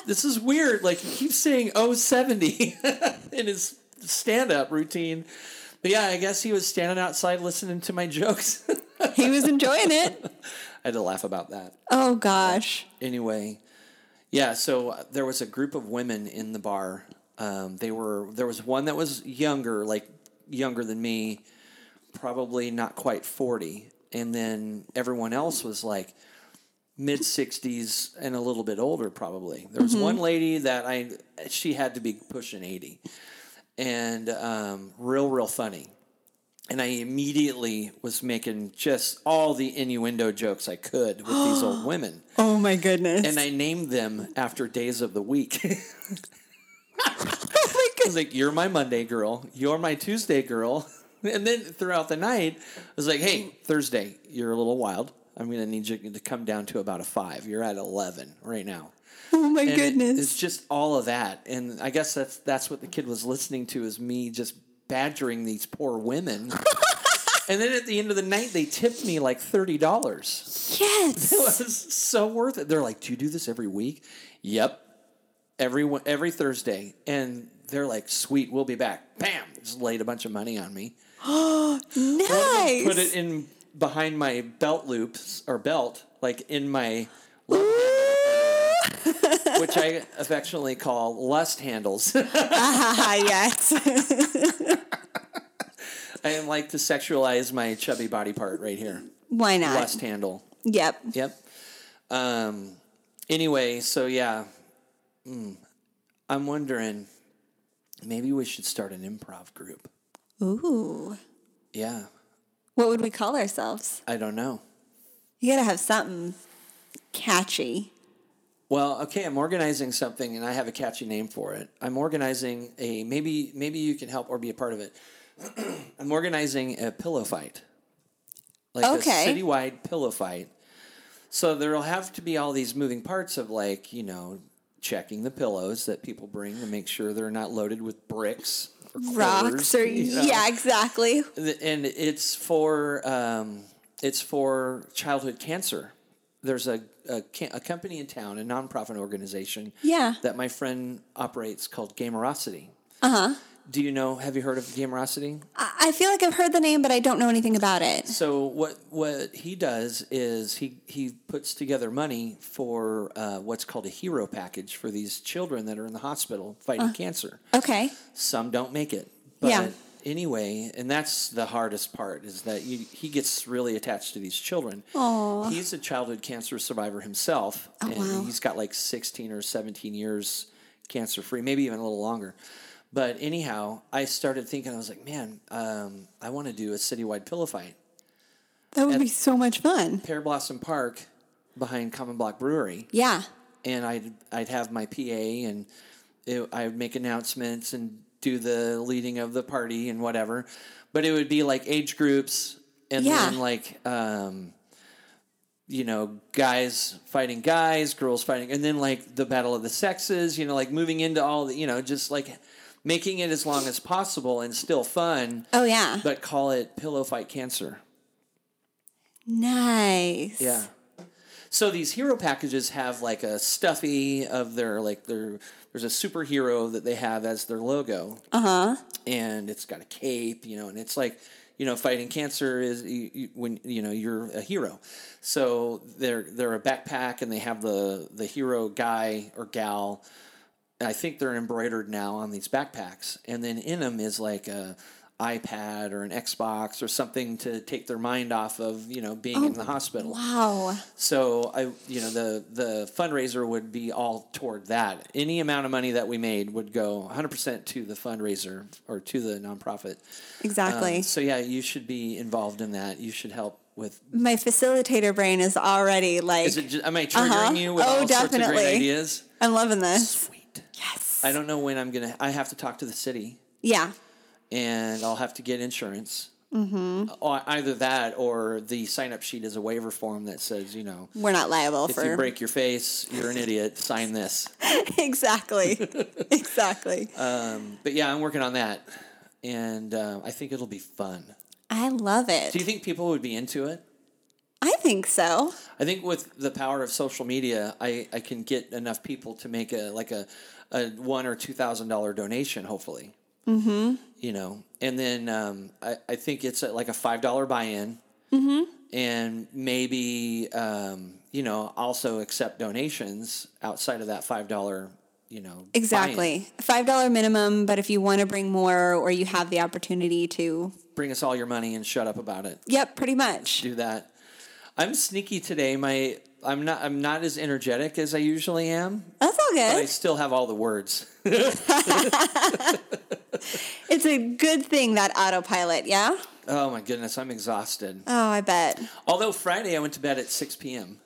[SPEAKER 1] this is weird. Like, you keep saying 070. oh, in his stand up routine. But yeah, I guess he was standing outside listening to my jokes.
[SPEAKER 3] He was enjoying it.
[SPEAKER 1] I had to laugh about that.
[SPEAKER 3] Oh gosh.
[SPEAKER 1] anyway, yeah. So uh, there was a group of women in the bar. Um, they were there was one that was younger, like younger than me, probably not quite forty, and then everyone else was like mid sixties and a little bit older, probably. There was one lady that I she had to be pushing eighty, and um, real real funny. And I immediately was making just all the innuendo jokes I could with these old women
[SPEAKER 3] Oh my goodness.
[SPEAKER 1] and I named them after days of the week. I
[SPEAKER 3] oh my goodness.
[SPEAKER 1] was like, "You're my Monday girl. You're my Tuesday girl." And then throughout the night, I was like, "Hey, Thursday, you're a little wild. I'm gonna need you to come down to about a five. You're at eleven right now."
[SPEAKER 3] Oh my
[SPEAKER 1] And it-
[SPEAKER 3] goodness.
[SPEAKER 1] it's just all of that, and I guess that's that's what the kid was listening to is me just badgering these poor women. and then at the end of the night, they tipped me like thirty dollars.
[SPEAKER 3] yes.
[SPEAKER 1] It was so worth it. They're like, "Do you do this every week?" Yep, every one- every Thursday. And they're like, "Sweet, we'll be back." Bam, just laid a bunch of money on me.
[SPEAKER 3] Nice.
[SPEAKER 1] Put it in behind my belt loops or belt, like in my, which I affectionately call lust handles.
[SPEAKER 3] Ah, yes.
[SPEAKER 1] I like to sexualize my chubby body part right here.
[SPEAKER 3] Why not?
[SPEAKER 1] Lust handle.
[SPEAKER 3] Yep.
[SPEAKER 1] Yep. Um. Anyway, so yeah, Mm. I'm wondering, maybe we should start an improv group.
[SPEAKER 3] Ooh.
[SPEAKER 1] Yeah,
[SPEAKER 3] What would we call ourselves?
[SPEAKER 1] I don't know.
[SPEAKER 3] You gotta have something catchy.
[SPEAKER 1] Well, okay, I'm organizing something, and I have a catchy name for it. I'm organizing a maybe. Maybe you can help or be a part of it. I'm organizing a pillow fight, like
[SPEAKER 3] Okay.
[SPEAKER 1] a citywide pillow fight. So there'll have to be all these moving parts of like you know checking the pillows that people bring to make sure they're not loaded with bricks, or quarters,
[SPEAKER 3] Rocks or
[SPEAKER 1] you know?
[SPEAKER 3] yeah, exactly.
[SPEAKER 1] Th- and it's for um, it's for childhood cancer. There's a, a ca- a company in town, a nonprofit organization.
[SPEAKER 3] Yeah.
[SPEAKER 1] That my friend operates called Gamerosity. Uh huh. Do you know? Have you heard of Gamerosity?
[SPEAKER 3] I I feel like I've heard the name, but I don't know anything about it.
[SPEAKER 1] So what what he does is he he puts together money for uh, what's called a hero package for these children that are in the hospital fighting cancer.
[SPEAKER 3] Okay.
[SPEAKER 1] some don't make it but
[SPEAKER 3] Yeah.
[SPEAKER 1] anyway and that's the hardest part is that you, he gets really attached to these children he's a childhood cancer survivor himself and
[SPEAKER 3] Oh, wow.
[SPEAKER 1] he's got like 16 or 17 years cancer free maybe even a little longer but anyhow i started thinking i was like man um, i want to do a citywide pillow fight
[SPEAKER 3] That would be so much fun.
[SPEAKER 1] pear blossom park behind common block brewery
[SPEAKER 3] Yeah.
[SPEAKER 1] and I'd I'd have my PA and it, I would make announcements and do the leading of the party and whatever. But it would be like age groups and
[SPEAKER 3] Yeah.
[SPEAKER 1] then like um, you know guys fighting guys, girls fighting, and then like the battle of the sexes. You know, like moving into all the you know just like making it as long as possible and still fun,
[SPEAKER 3] Oh yeah.
[SPEAKER 1] but call it pillow fight cancer.
[SPEAKER 3] nice.
[SPEAKER 1] Yeah. So these hero packages have like a stuffy of their like their there's a superhero that they have as their logo. Uh huh. And it's got a cape, you know, and it's like you know fighting cancer is you, you, when you know you're a hero. So they're they're a backpack and they have the the hero guy or gal. I think they're embroidered now on these backpacks, and then in them is like a iPad or an Xbox or something to take their mind off of you know being in the hospital.
[SPEAKER 3] Wow.
[SPEAKER 1] So I, you know, the the fundraiser would be all toward that. Any amount of money that we made would go 100 percent to the fundraiser or to the nonprofit. Um,
[SPEAKER 3] Exactly.
[SPEAKER 1] so yeah, you should be involved in that. You should help with.
[SPEAKER 3] My facilitator brain is already like
[SPEAKER 1] Is it? Just, am I triggering
[SPEAKER 3] Uh-huh.
[SPEAKER 1] you with
[SPEAKER 3] Oh,
[SPEAKER 1] all sorts of
[SPEAKER 3] definitely.
[SPEAKER 1] great ideas?
[SPEAKER 3] I'm loving this.
[SPEAKER 1] Sweet.
[SPEAKER 3] Yes.
[SPEAKER 1] I don't know when I'm gonna. I have to talk to the city,
[SPEAKER 3] Yeah.
[SPEAKER 1] and I'll have to get insurance. Mm-hmm. Either that or the sign up sheet is a waiver form that says, you know,
[SPEAKER 3] We're not liable
[SPEAKER 1] if
[SPEAKER 3] for
[SPEAKER 1] you break your face, you're an idiot. Sign this.
[SPEAKER 3] exactly. exactly.
[SPEAKER 1] Uh, But yeah, I'm working on that, and uh, I think it'll be fun.
[SPEAKER 3] I love it.
[SPEAKER 1] Do you think people would be into it?
[SPEAKER 3] I think so.
[SPEAKER 1] I think with the power of social media, I, I can get enough people to make a like a, a one or two thousand dollar donation, hopefully. You know, and then um, I, I think it's at like a five dollar buy in, and maybe um, you know also accept donations outside of that five dollar. You know, buy-in.
[SPEAKER 3] Exactly. $5 minimum, but if you want to bring more or you have the opportunity to,
[SPEAKER 1] Bring us all your money and shut up about it.
[SPEAKER 3] yep, pretty much.
[SPEAKER 1] do that. I'm sneaky today. My I'm not I'm not as energetic as I usually am,
[SPEAKER 3] That's all
[SPEAKER 1] but I
[SPEAKER 3] good.
[SPEAKER 1] still have all the words.
[SPEAKER 3] It's a good thing that autopilot, yeah?
[SPEAKER 1] Oh my goodness, I'm exhausted.
[SPEAKER 3] Oh, I bet.
[SPEAKER 1] Although Friday I went to bed at 6 p.m.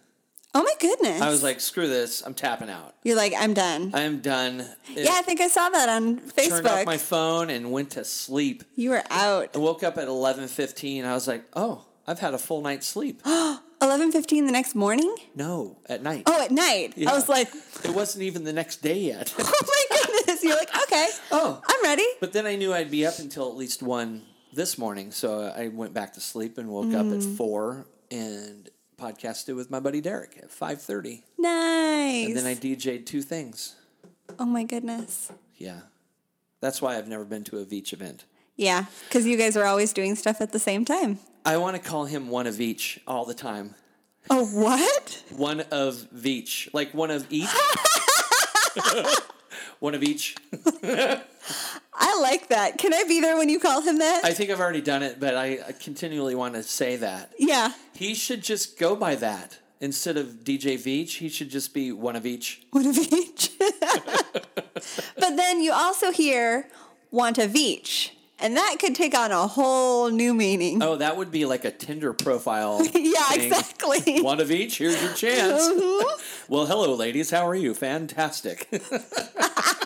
[SPEAKER 3] Oh my goodness.
[SPEAKER 1] I was like, screw this, I'm tapping out.
[SPEAKER 3] You're like, I'm done.
[SPEAKER 1] I'm done. It-
[SPEAKER 3] yeah, I think I saw that on
[SPEAKER 1] Turned off
[SPEAKER 3] Facebook.
[SPEAKER 1] my phone and went to sleep.
[SPEAKER 3] you were out.
[SPEAKER 1] I woke up at 11:15. I was like, oh, I've had a full night's sleep.
[SPEAKER 3] 11:15 the next morning?
[SPEAKER 1] no, at night.
[SPEAKER 3] Oh, at night.
[SPEAKER 1] Yeah.
[SPEAKER 3] I was like,
[SPEAKER 1] It wasn't even the next day yet.
[SPEAKER 3] "Oh my goodness." You're like, "Okay.
[SPEAKER 1] oh,
[SPEAKER 3] I'm ready."
[SPEAKER 1] But then I knew I'd be up until at least one this morning, so I went back to sleep and woke up at four and podcasted with my buddy Derek at five thirty, and
[SPEAKER 3] Nice.
[SPEAKER 1] then I DJ'd two things.
[SPEAKER 3] oh my goodness.
[SPEAKER 1] Yeah, that's why I've never been to a Veach event.
[SPEAKER 3] Yeah, cuz you guys are always doing stuff at the same time.
[SPEAKER 1] I want to call him one of each all the time.
[SPEAKER 3] Oh, what?
[SPEAKER 1] One of each, like one of each. one of each.
[SPEAKER 3] I like that. Can I be there when you call him that?
[SPEAKER 1] I think I've already done it, but I I continually want to say that.
[SPEAKER 3] yeah.
[SPEAKER 1] He should just go by that. Instead of DJ Veach, he should just be one of each.
[SPEAKER 3] One of each. but then you also hear want of each, and that could take on a whole new meaning.
[SPEAKER 1] Oh, that would be like a Tinder profile.
[SPEAKER 3] yeah,
[SPEAKER 1] thing.
[SPEAKER 3] exactly. Uh-huh.
[SPEAKER 1] One of each, here's your chance. well, hello, ladies. How are you? Fantastic.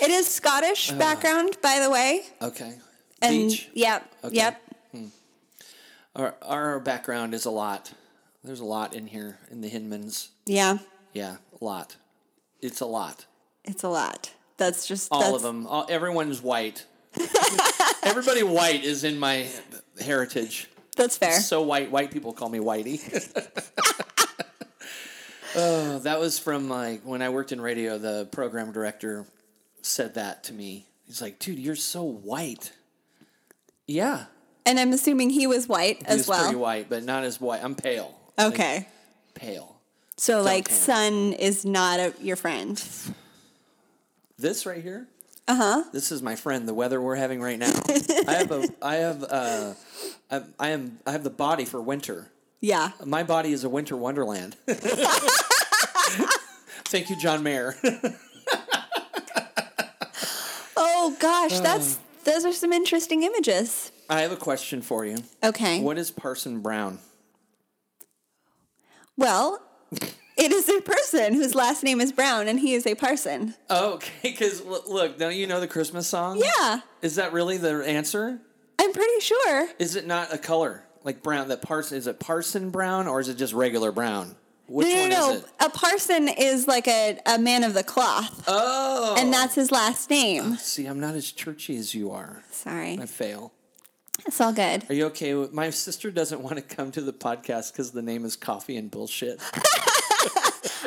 [SPEAKER 3] It is Scottish
[SPEAKER 1] Uh.
[SPEAKER 3] background, by the way.
[SPEAKER 1] okay.
[SPEAKER 3] And
[SPEAKER 1] Veach.
[SPEAKER 3] yep, yep.
[SPEAKER 1] Our, our background is a lot. There's a lot in here in the Hinmans.
[SPEAKER 3] Yeah,
[SPEAKER 1] Yeah, a lot. It's a lot.
[SPEAKER 3] it's a lot. That's just
[SPEAKER 1] All
[SPEAKER 3] that's,
[SPEAKER 1] of them. All, everyone's white. Everybody white is in my heritage.
[SPEAKER 3] That's fair.
[SPEAKER 1] so white. White people call me Whitey. oh, that was from like when I worked in radio. The program director said that to me. He's like, "Dude, you're so white." Yeah,
[SPEAKER 3] and I'm assuming he was white
[SPEAKER 1] he
[SPEAKER 3] as
[SPEAKER 1] was
[SPEAKER 3] well.
[SPEAKER 1] pretty white, but not as white. I'm pale. Like,
[SPEAKER 3] Okay,
[SPEAKER 1] pale.
[SPEAKER 3] so like
[SPEAKER 1] count.
[SPEAKER 3] sun is not a, your friend.
[SPEAKER 1] This right here.
[SPEAKER 3] Uh-huh.
[SPEAKER 1] Uh huh. This is my friend. The weather we're having right now. I have a. I have. Uh, I, I am. I have the body for winter.
[SPEAKER 3] Yeah,
[SPEAKER 1] My body is a winter wonderland. Thank you, John Mayer.
[SPEAKER 3] Oh
[SPEAKER 1] Uh.
[SPEAKER 3] gosh, that's those are some interesting images.
[SPEAKER 1] I have a question for you.
[SPEAKER 3] Okay.
[SPEAKER 1] What is Parson Brown?
[SPEAKER 3] Well, it is a person whose last name is Brown and he is a parson.
[SPEAKER 1] Oh, okay, because look, don't you know the Christmas song?
[SPEAKER 3] Yeah,
[SPEAKER 1] Is that really the answer?
[SPEAKER 3] I'm pretty sure.
[SPEAKER 1] Is it not a color like brown? That Parson is it Parson Brown or is it just regular brown? Which
[SPEAKER 3] no, no,
[SPEAKER 1] one
[SPEAKER 3] no.
[SPEAKER 1] is it?
[SPEAKER 3] A parson is like a, a man of the cloth.
[SPEAKER 1] Oh,
[SPEAKER 3] And that's his last name.
[SPEAKER 1] see, I'm not as churchy as you are.
[SPEAKER 3] Sorry.
[SPEAKER 1] I fail.
[SPEAKER 3] It's all good.
[SPEAKER 1] Are you okay? With, my sister doesn't want to come to the podcast because the name is Coffee and Bullshit.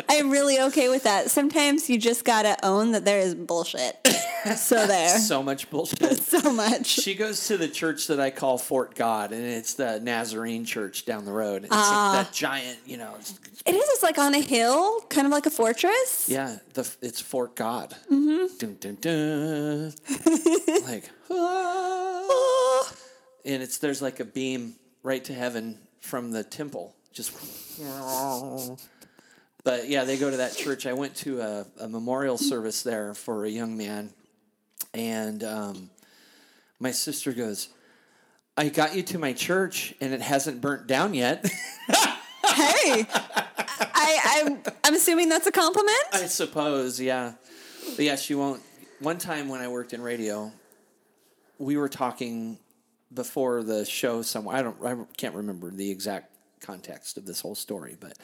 [SPEAKER 3] I'm really okay with that. Sometimes you just gotta own that there is bullshit. so there.
[SPEAKER 1] so much bullshit.
[SPEAKER 3] So much.
[SPEAKER 1] She goes to the church that I call Fort God, and it's the Nazarene church down the road. It's like that giant, you know. It's,
[SPEAKER 3] It is. It's like on a hill, kind of like a fortress.
[SPEAKER 1] yeah, the it's Fort God. Dun, dun, dun. like, ah. and it's there's like a beam right to heaven from the temple. Just, but yeah, they go to that church. I went to a, a memorial service there for a young man, and um, my sister goes. I got you to my church and it hasn't burnt down yet.
[SPEAKER 3] Hey. I, I'm, I'm assuming that's a compliment.
[SPEAKER 1] I suppose, yeah. But yeah, she won't. One time when I worked in radio, we were talking before the show somewhere. I don't, I can't remember the exact context of this whole story, but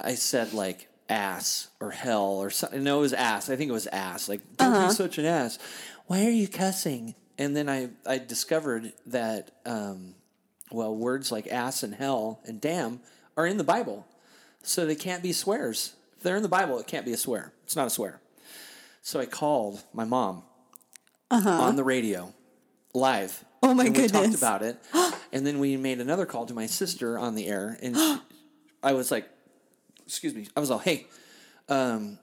[SPEAKER 1] I said like ass or hell or something. No, it was ass. I think it was ass. Like, don't be such an ass. Why are you cussing? And then I, I discovered that, um, well, words like ass and hell and damn are in the Bible. So they can't be swears. If they're in the Bible, it can't be a swear. It's not a swear. So I called my mom on the radio live.
[SPEAKER 3] Uh-huh. Oh, my
[SPEAKER 1] and We talked
[SPEAKER 3] goodness.
[SPEAKER 1] about it, and then we made another call to my sister on the air, and she, I was like, "Excuse me," I was all, "Hey." Um,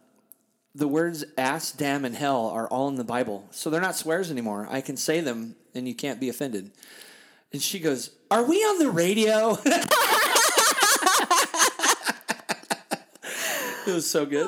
[SPEAKER 1] the words ass, damn, and hell are all in the Bible. So they're not swears anymore. I can say them and you can't be offended. And she goes, Are we on the radio? it was so good.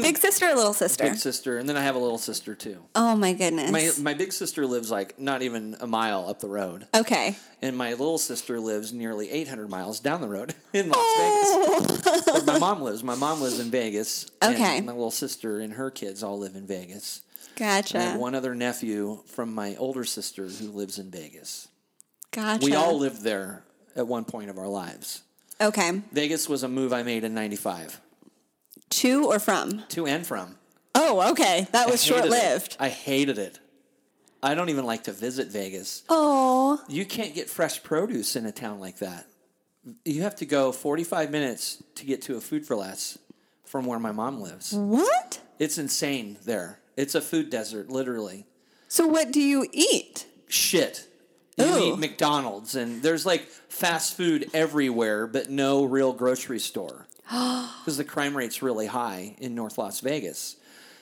[SPEAKER 3] Big sister or little sister?
[SPEAKER 1] Big sister. And then I have a little sister too.
[SPEAKER 3] oh my goodness.
[SPEAKER 1] My, my big sister lives like not even a mile up the road.
[SPEAKER 3] okay.
[SPEAKER 1] And my little sister lives nearly 800 miles down the road in Las Vegas. Where my mom lives. My mom lives in Vegas. and
[SPEAKER 3] Okay.
[SPEAKER 1] my little sister and her kids all live in Vegas.
[SPEAKER 3] Gotcha.
[SPEAKER 1] I have one other nephew from my older sister who lives in Vegas.
[SPEAKER 3] Gotcha.
[SPEAKER 1] We all lived there at one point of our lives.
[SPEAKER 3] Okay.
[SPEAKER 1] Vegas was a move I made in 95
[SPEAKER 3] To or from?
[SPEAKER 1] to and from.
[SPEAKER 3] Oh, okay. That
[SPEAKER 1] I
[SPEAKER 3] was
[SPEAKER 1] hated
[SPEAKER 3] short
[SPEAKER 1] it.
[SPEAKER 3] lived.
[SPEAKER 1] I hated it. I don't even like to visit Vegas.
[SPEAKER 3] Oh,
[SPEAKER 1] You can't get fresh produce in a town like that. You have to go 45 minutes to get to a food for less from where my mom lives.
[SPEAKER 3] Mm. what?
[SPEAKER 1] It's insane there. It's a food desert, literally.
[SPEAKER 3] So what do you eat?
[SPEAKER 1] shit. You
[SPEAKER 3] Ooh.
[SPEAKER 1] eat McDonald's and there's like fast food everywhere, but no real grocery store because the crime rate's really high in North Las Vegas.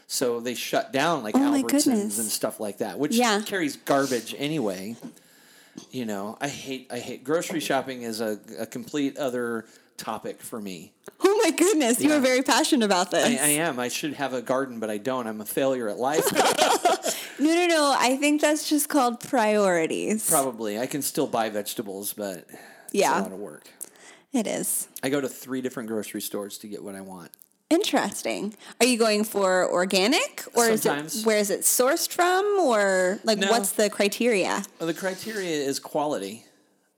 [SPEAKER 1] So they shut down like
[SPEAKER 3] Oh my
[SPEAKER 1] Albertsons
[SPEAKER 3] goodness.
[SPEAKER 1] and stuff like that, which
[SPEAKER 3] Yeah.
[SPEAKER 1] carries garbage anyway. You know, I hate I hate grocery shopping is a, a complete other topic for me.
[SPEAKER 3] Oh my goodness, you were very passionate about
[SPEAKER 1] I,
[SPEAKER 3] this.
[SPEAKER 1] I am. I should have a garden, but I don't. I'm a failure at life.
[SPEAKER 3] no, no, no. I think that's just called priorities.
[SPEAKER 1] Probably. I can still buy vegetables, but it's
[SPEAKER 3] Yeah.
[SPEAKER 1] a lot of work.
[SPEAKER 3] It is.
[SPEAKER 1] I go to three different grocery stores to get what I want.
[SPEAKER 3] Interesting. Are you going for organic or is
[SPEAKER 1] Sometimes.
[SPEAKER 3] it where is it sourced from or like
[SPEAKER 1] No.
[SPEAKER 3] what's the criteria?
[SPEAKER 1] Well, the criteria is quality.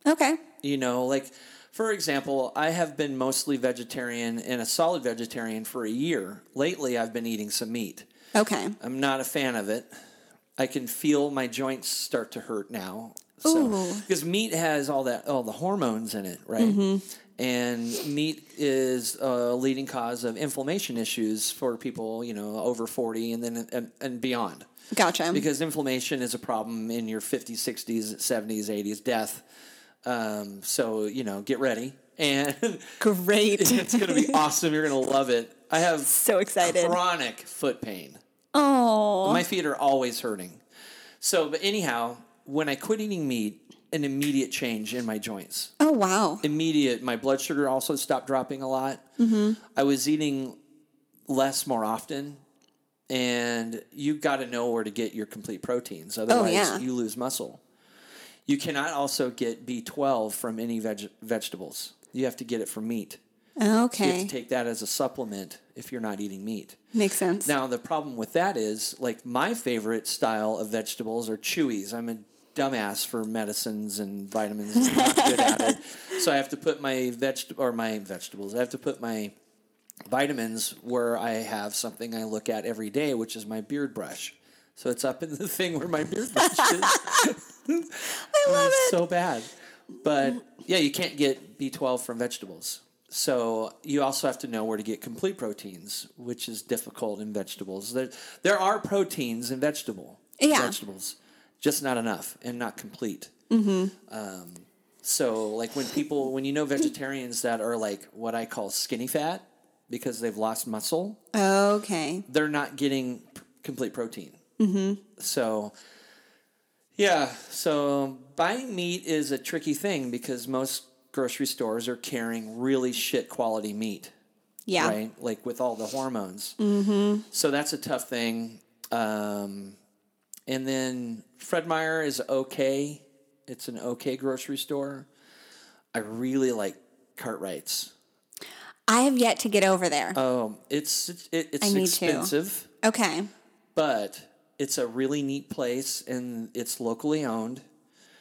[SPEAKER 3] Okay.
[SPEAKER 1] You know, like for example, I have been mostly vegetarian and a solid vegetarian for a year. Lately, I've been eating some meat.
[SPEAKER 3] Okay.
[SPEAKER 1] I'm not a fan of it. I can feel my joints start to hurt now. So,
[SPEAKER 3] Ooh.
[SPEAKER 1] because meat has all that, all the hormones in it, right? And meat is a leading cause of inflammation issues for people, you know, over 40 and then and, and beyond.
[SPEAKER 3] Gotcha.
[SPEAKER 1] because inflammation is a problem in your 50s 60s 70s 80s death um, so you know get ready and
[SPEAKER 3] Great.
[SPEAKER 1] it's going to be awesome you're going to love it i have
[SPEAKER 3] so excited.
[SPEAKER 1] chronic foot pain
[SPEAKER 3] Oh.
[SPEAKER 1] my feet are always hurting so but anyhow when i quit eating meat an immediate change in my joints
[SPEAKER 3] Oh wow.
[SPEAKER 1] immediate. My blood sugar also stopped dropping a lot.
[SPEAKER 3] Mm-hmm.
[SPEAKER 1] I was eating less more often, and you got to know where to get your complete proteins. Otherwise,
[SPEAKER 3] Oh, yeah.
[SPEAKER 1] you lose muscle. You cannot also get B12 from any veg- vegetables. You have to get it from meat. You have
[SPEAKER 3] Okay.
[SPEAKER 1] to take that as a supplement if you're not eating meat.
[SPEAKER 3] Makes sense.
[SPEAKER 1] Now, the problem with that is, like, my favorite style of vegetables are chewies. I'm a dumbass for medicines and vitamins. and not good at it. So I have to put my veget- or my vegetables. I have to put my vitamins where I have something I look at every day, which is my beard brush. So it's up in the thing where my beard brush is. I love it. So bad. But yeah, you can't get B12 from vegetables. So you also have to know where to get complete proteins, which is difficult in vegetables. There, there are proteins in vegetable
[SPEAKER 3] Yeah.
[SPEAKER 1] vegetables, just not enough and not complete. Um, so like when people when you know vegetarians that are like what I call skinny fat because they've lost muscle,
[SPEAKER 3] Okay.
[SPEAKER 1] they're not getting p- complete protein. Mm-hmm. So, yeah. So buying meat is a tricky thing because most grocery stores are carrying really shit quality meat,
[SPEAKER 3] Yeah. Mm-hmm.
[SPEAKER 1] right? Like with all the hormones. So that's a tough thing. Um, and then Fred Meyer is okay. It's an okay grocery store. I really like Cartwright's.
[SPEAKER 3] I have yet to get over there.
[SPEAKER 1] Um, it's it,
[SPEAKER 3] I
[SPEAKER 1] it's
[SPEAKER 3] need to.
[SPEAKER 1] expensive.
[SPEAKER 3] okay.
[SPEAKER 1] but it's a really neat place and it's locally owned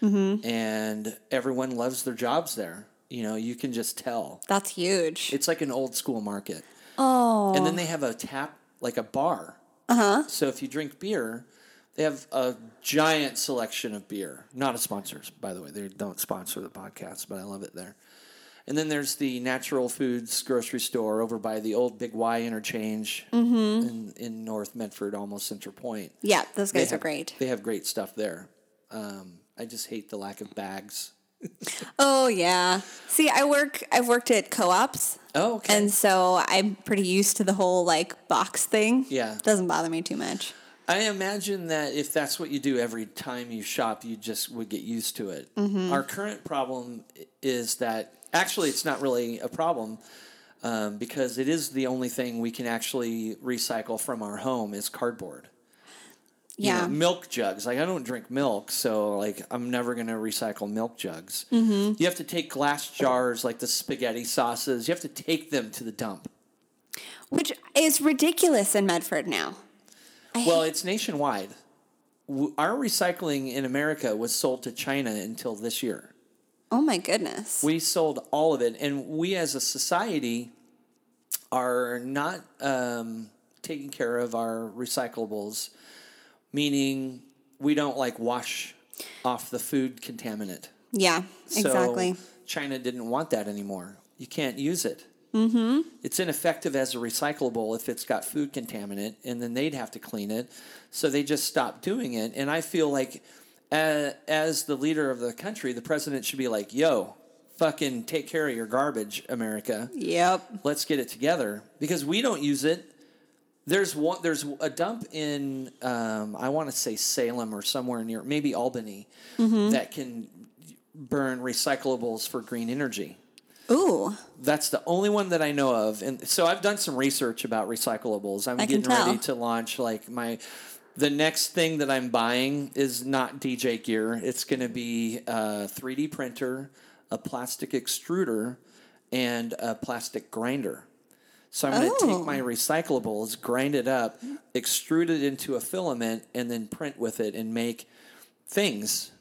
[SPEAKER 1] and everyone loves their jobs there you know you can just tell
[SPEAKER 3] That's huge.
[SPEAKER 1] it's like an old school market
[SPEAKER 3] oh.
[SPEAKER 1] and then they have a tap like a bar uh-huh so if you drink beer they have a giant selection of beer not a sponsor by the way they don't sponsor the podcast but i love it there And then there's the natural foods grocery store over by the old Big Y interchange in, in North Medford, almost Center Point.
[SPEAKER 3] Yeah, Mm-hmm. those
[SPEAKER 1] They
[SPEAKER 3] guys are
[SPEAKER 1] have-
[SPEAKER 3] great.
[SPEAKER 1] They have great stuff there. Um, I just hate the lack of bags.
[SPEAKER 3] Oh yeah. See, I work. I've worked at co-ops,
[SPEAKER 1] Oh, okay.
[SPEAKER 3] and so I'm pretty used to the whole like box thing.
[SPEAKER 1] Yeah.
[SPEAKER 3] doesn't bother me too much.
[SPEAKER 1] I imagine that if that's what you do every time you shop, you just would get used to it. Our current problem i- is that actually it's not really a problem um, because it is the only thing we can actually recycle from our home is cardboard. You know,
[SPEAKER 3] Yeah.
[SPEAKER 1] milk jugs. Like I don't drink milk, so like I'm never gonna recycle milk jugs. You have to take glass jars, like the spaghetti sauces. You have to take them to the dump.
[SPEAKER 3] Which is ridiculous in Medford now.
[SPEAKER 1] Well, it's nationwide. W- Our recycling in America was sold to China until this year.
[SPEAKER 3] Oh my goodness.
[SPEAKER 1] We sold all of it, and we as a society are not um, taking care of our recyclables, meaning we don't like wash off the food contaminant.
[SPEAKER 3] yeah, exactly.
[SPEAKER 1] So China didn't want that anymore. You can't use it. Mm-hmm. It's ineffective as a recyclable if it's got food contaminant, and then they'd have to clean it. So they just stopped doing it. And I feel like, uh, as the leader of the country, the president should be like, yo, fucking take care of your garbage, America
[SPEAKER 3] Yep.
[SPEAKER 1] let's get it together because we don't use it. There's one. There's a dump in um, I want to say Salem or somewhere near maybe Albany that can burn recyclables for green energy.
[SPEAKER 3] Ooh.
[SPEAKER 1] That's the only one that I know of, and so I've done some research about recyclables. I'm
[SPEAKER 3] I can
[SPEAKER 1] getting ready to
[SPEAKER 3] tell.
[SPEAKER 1] launch like my. The next thing that I'm buying is not DJ gear. It's going to be a 3D printer, a plastic extruder, and a plastic grinder. So I'm going to
[SPEAKER 3] Oh.
[SPEAKER 1] take my recyclables, grind it up, extrude it into a filament, and then print with it and make things.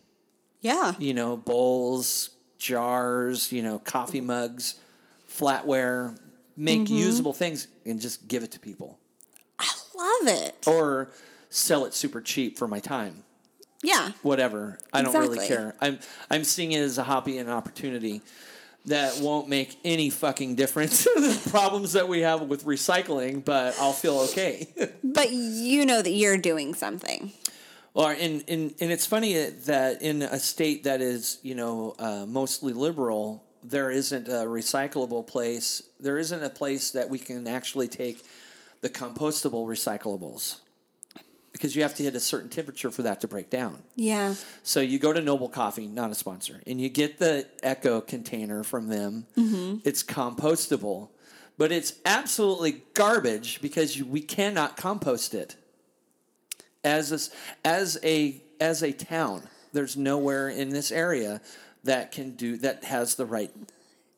[SPEAKER 3] Yeah.
[SPEAKER 1] You know, bowls, jars. You know, coffee mugs, flatware. Make usable things and just give it to people,
[SPEAKER 3] Love it.
[SPEAKER 1] or sell it super cheap for my time.
[SPEAKER 3] Yeah.
[SPEAKER 1] whatever. I don't really
[SPEAKER 3] Exactly.
[SPEAKER 1] care. I'm I'm seeing it as a hobby and an opportunity that won't make any fucking difference to the problems that we have with recycling, but I'll feel okay.
[SPEAKER 3] But you know that you're doing something.
[SPEAKER 1] Or and, and and it's funny that in a state that is you know uh, mostly liberal, there isn't a recyclable place. There isn't a place that we can actually take the compostable recyclables because you have to hit a certain temperature for that to break down.
[SPEAKER 3] Yeah.
[SPEAKER 1] So you go to Noble Coffee, not a sponsor, and you get the Echo container from them.
[SPEAKER 3] Mm-hmm.
[SPEAKER 1] It's compostable, but it's absolutely garbage because you, we cannot compost it. As a, as a as a town, there's nowhere in this area that can do that has the right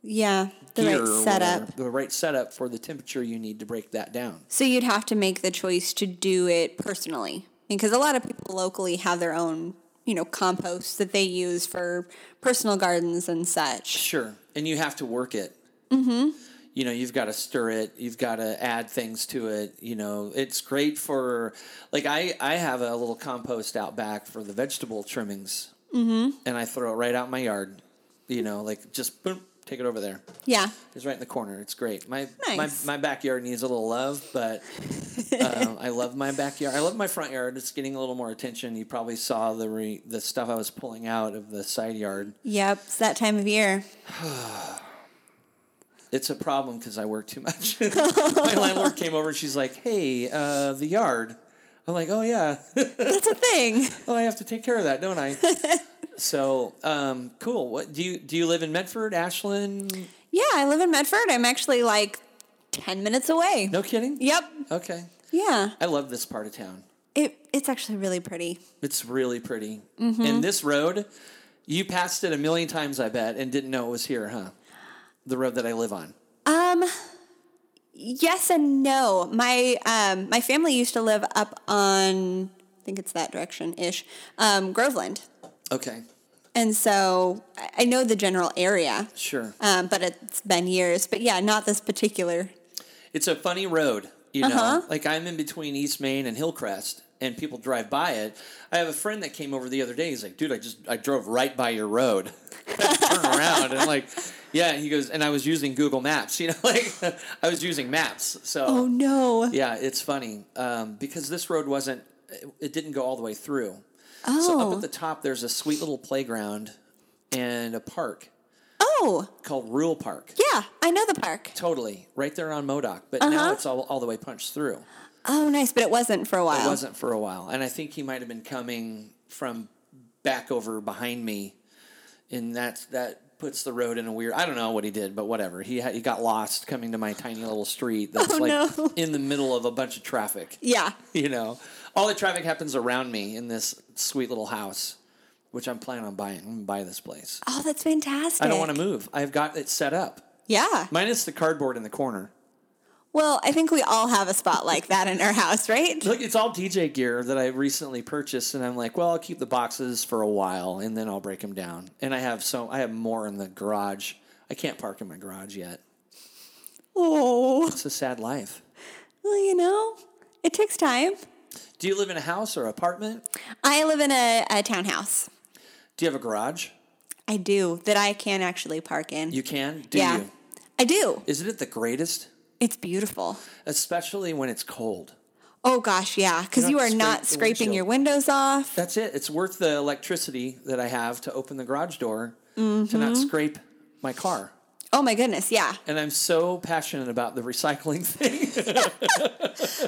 [SPEAKER 3] Yeah. The
[SPEAKER 1] gear
[SPEAKER 3] right
[SPEAKER 1] or
[SPEAKER 3] setup.
[SPEAKER 1] whatever, the right setup for the temperature you need to break that down.
[SPEAKER 3] So you'd have to make the choice to do it personally. Because a lot of people locally have their own, you know, compost that they use for personal gardens and such.
[SPEAKER 1] Sure. And you have to work it. Mm-hmm. You know, you've got to stir it. You've got to add things to it. You know, it's great for, like, I, I have a little compost out back for the vegetable trimmings. Mm-hmm. And I throw it right out in my yard. You know, like, just boom, take it over there.
[SPEAKER 3] Yeah.
[SPEAKER 1] It's right in the corner. It's great. My
[SPEAKER 3] Nice.
[SPEAKER 1] my, my backyard needs a little love, but um, I love my backyard. I love my front yard. It's getting a little more attention. You probably saw the re, the stuff I was pulling out of the side yard.
[SPEAKER 3] Yep. It's that time of year.
[SPEAKER 1] it's a problem because I work too much. My landlord came over. She's like, "Hey, uh, the yard." I'm like, "Oh yeah,
[SPEAKER 3] That's a thing.
[SPEAKER 1] oh I have to take care of that, don't I?" so um, cool. What do you do? You live in Medford, Ashland?
[SPEAKER 3] Yeah, I live in Medford. I'm actually like 10 minutes away.
[SPEAKER 1] No kidding.
[SPEAKER 3] Yep.
[SPEAKER 1] Okay,
[SPEAKER 3] Yeah.
[SPEAKER 1] I love this part of town.
[SPEAKER 3] It, it's actually really pretty.
[SPEAKER 1] It's really pretty. And this road, you passed it a million times, I bet, and didn't know it was here, huh? The road that I live on.
[SPEAKER 3] Um, yes and no. My um, my family used to live up on I think it's that direction ish, um, Groveland,
[SPEAKER 1] Okay,
[SPEAKER 3] and so I- I know the general area.
[SPEAKER 1] sure.
[SPEAKER 3] Um, but it's been years. But yeah, not this particular.
[SPEAKER 1] it's a funny road, you know.
[SPEAKER 3] Uh-huh.
[SPEAKER 1] Like I'm in between East Main and Hillcrest, and people drive by it. I have a friend that came over the other day. He's like, "Dude, I just I drove right by your road." turn around and like, yeah. He goes, and I was using Google Maps. You know, like I was using maps. So
[SPEAKER 3] Oh no.
[SPEAKER 1] yeah, it's funny um, because this road wasn't. it- It didn't go all the way through. So up
[SPEAKER 3] Oh.
[SPEAKER 1] at the top, there's a sweet little playground and a park
[SPEAKER 3] oh.
[SPEAKER 1] called Rural Park.
[SPEAKER 3] Yeah, I know the park.
[SPEAKER 1] Totally, right there on Modoc. But
[SPEAKER 3] Uh-huh.
[SPEAKER 1] now it's all, all the way punched through.
[SPEAKER 3] Oh, nice, but it wasn't for a
[SPEAKER 1] It
[SPEAKER 3] while.
[SPEAKER 1] wasn't for a while, and I think he might have been coming from back over behind me, and that that puts the road in a weird. I don't know what he did, but whatever. He had, he got lost coming to my tiny little street that's
[SPEAKER 3] Oh,
[SPEAKER 1] like
[SPEAKER 3] no.
[SPEAKER 1] in the middle of a bunch of traffic.
[SPEAKER 3] Yeah.
[SPEAKER 1] you know, all the traffic happens around me in this sweet little house, which I'm planning on buying. I'm gonna buy this place.
[SPEAKER 3] Oh, that's fantastic.
[SPEAKER 1] I don't want to move. I've got it set up,
[SPEAKER 3] Yeah.
[SPEAKER 1] minus the cardboard in the corner.
[SPEAKER 3] Well, I think we all have a spot like that in our house, right?
[SPEAKER 1] Look, it's all DJ gear that I recently purchased, and I'm like, well, I'll keep the boxes for a while, and then I'll break them down. And I have so I have more in the garage. I can't park in my garage yet.
[SPEAKER 3] Oh,
[SPEAKER 1] It's a sad life.
[SPEAKER 3] well, you know, it takes time.
[SPEAKER 1] Do you live in a house or apartment?
[SPEAKER 3] I live in a, a townhouse.
[SPEAKER 1] Do you have a garage?
[SPEAKER 3] I do that I can actually park in.
[SPEAKER 1] You can. Do
[SPEAKER 3] yeah,
[SPEAKER 1] you?
[SPEAKER 3] I do.
[SPEAKER 1] Isn't it the greatest?
[SPEAKER 3] It's beautiful.
[SPEAKER 1] Especially when it's cold.
[SPEAKER 3] Oh gosh, yeah, because
[SPEAKER 1] You
[SPEAKER 3] you
[SPEAKER 1] don't
[SPEAKER 3] are
[SPEAKER 1] have to
[SPEAKER 3] not
[SPEAKER 1] scrape the
[SPEAKER 3] scraping your windows off.
[SPEAKER 1] That's it. It's worth the electricity that I have to open the garage door to not scrape my car.
[SPEAKER 3] Oh my goodness, yeah.
[SPEAKER 1] And I'm so passionate about the recycling thing.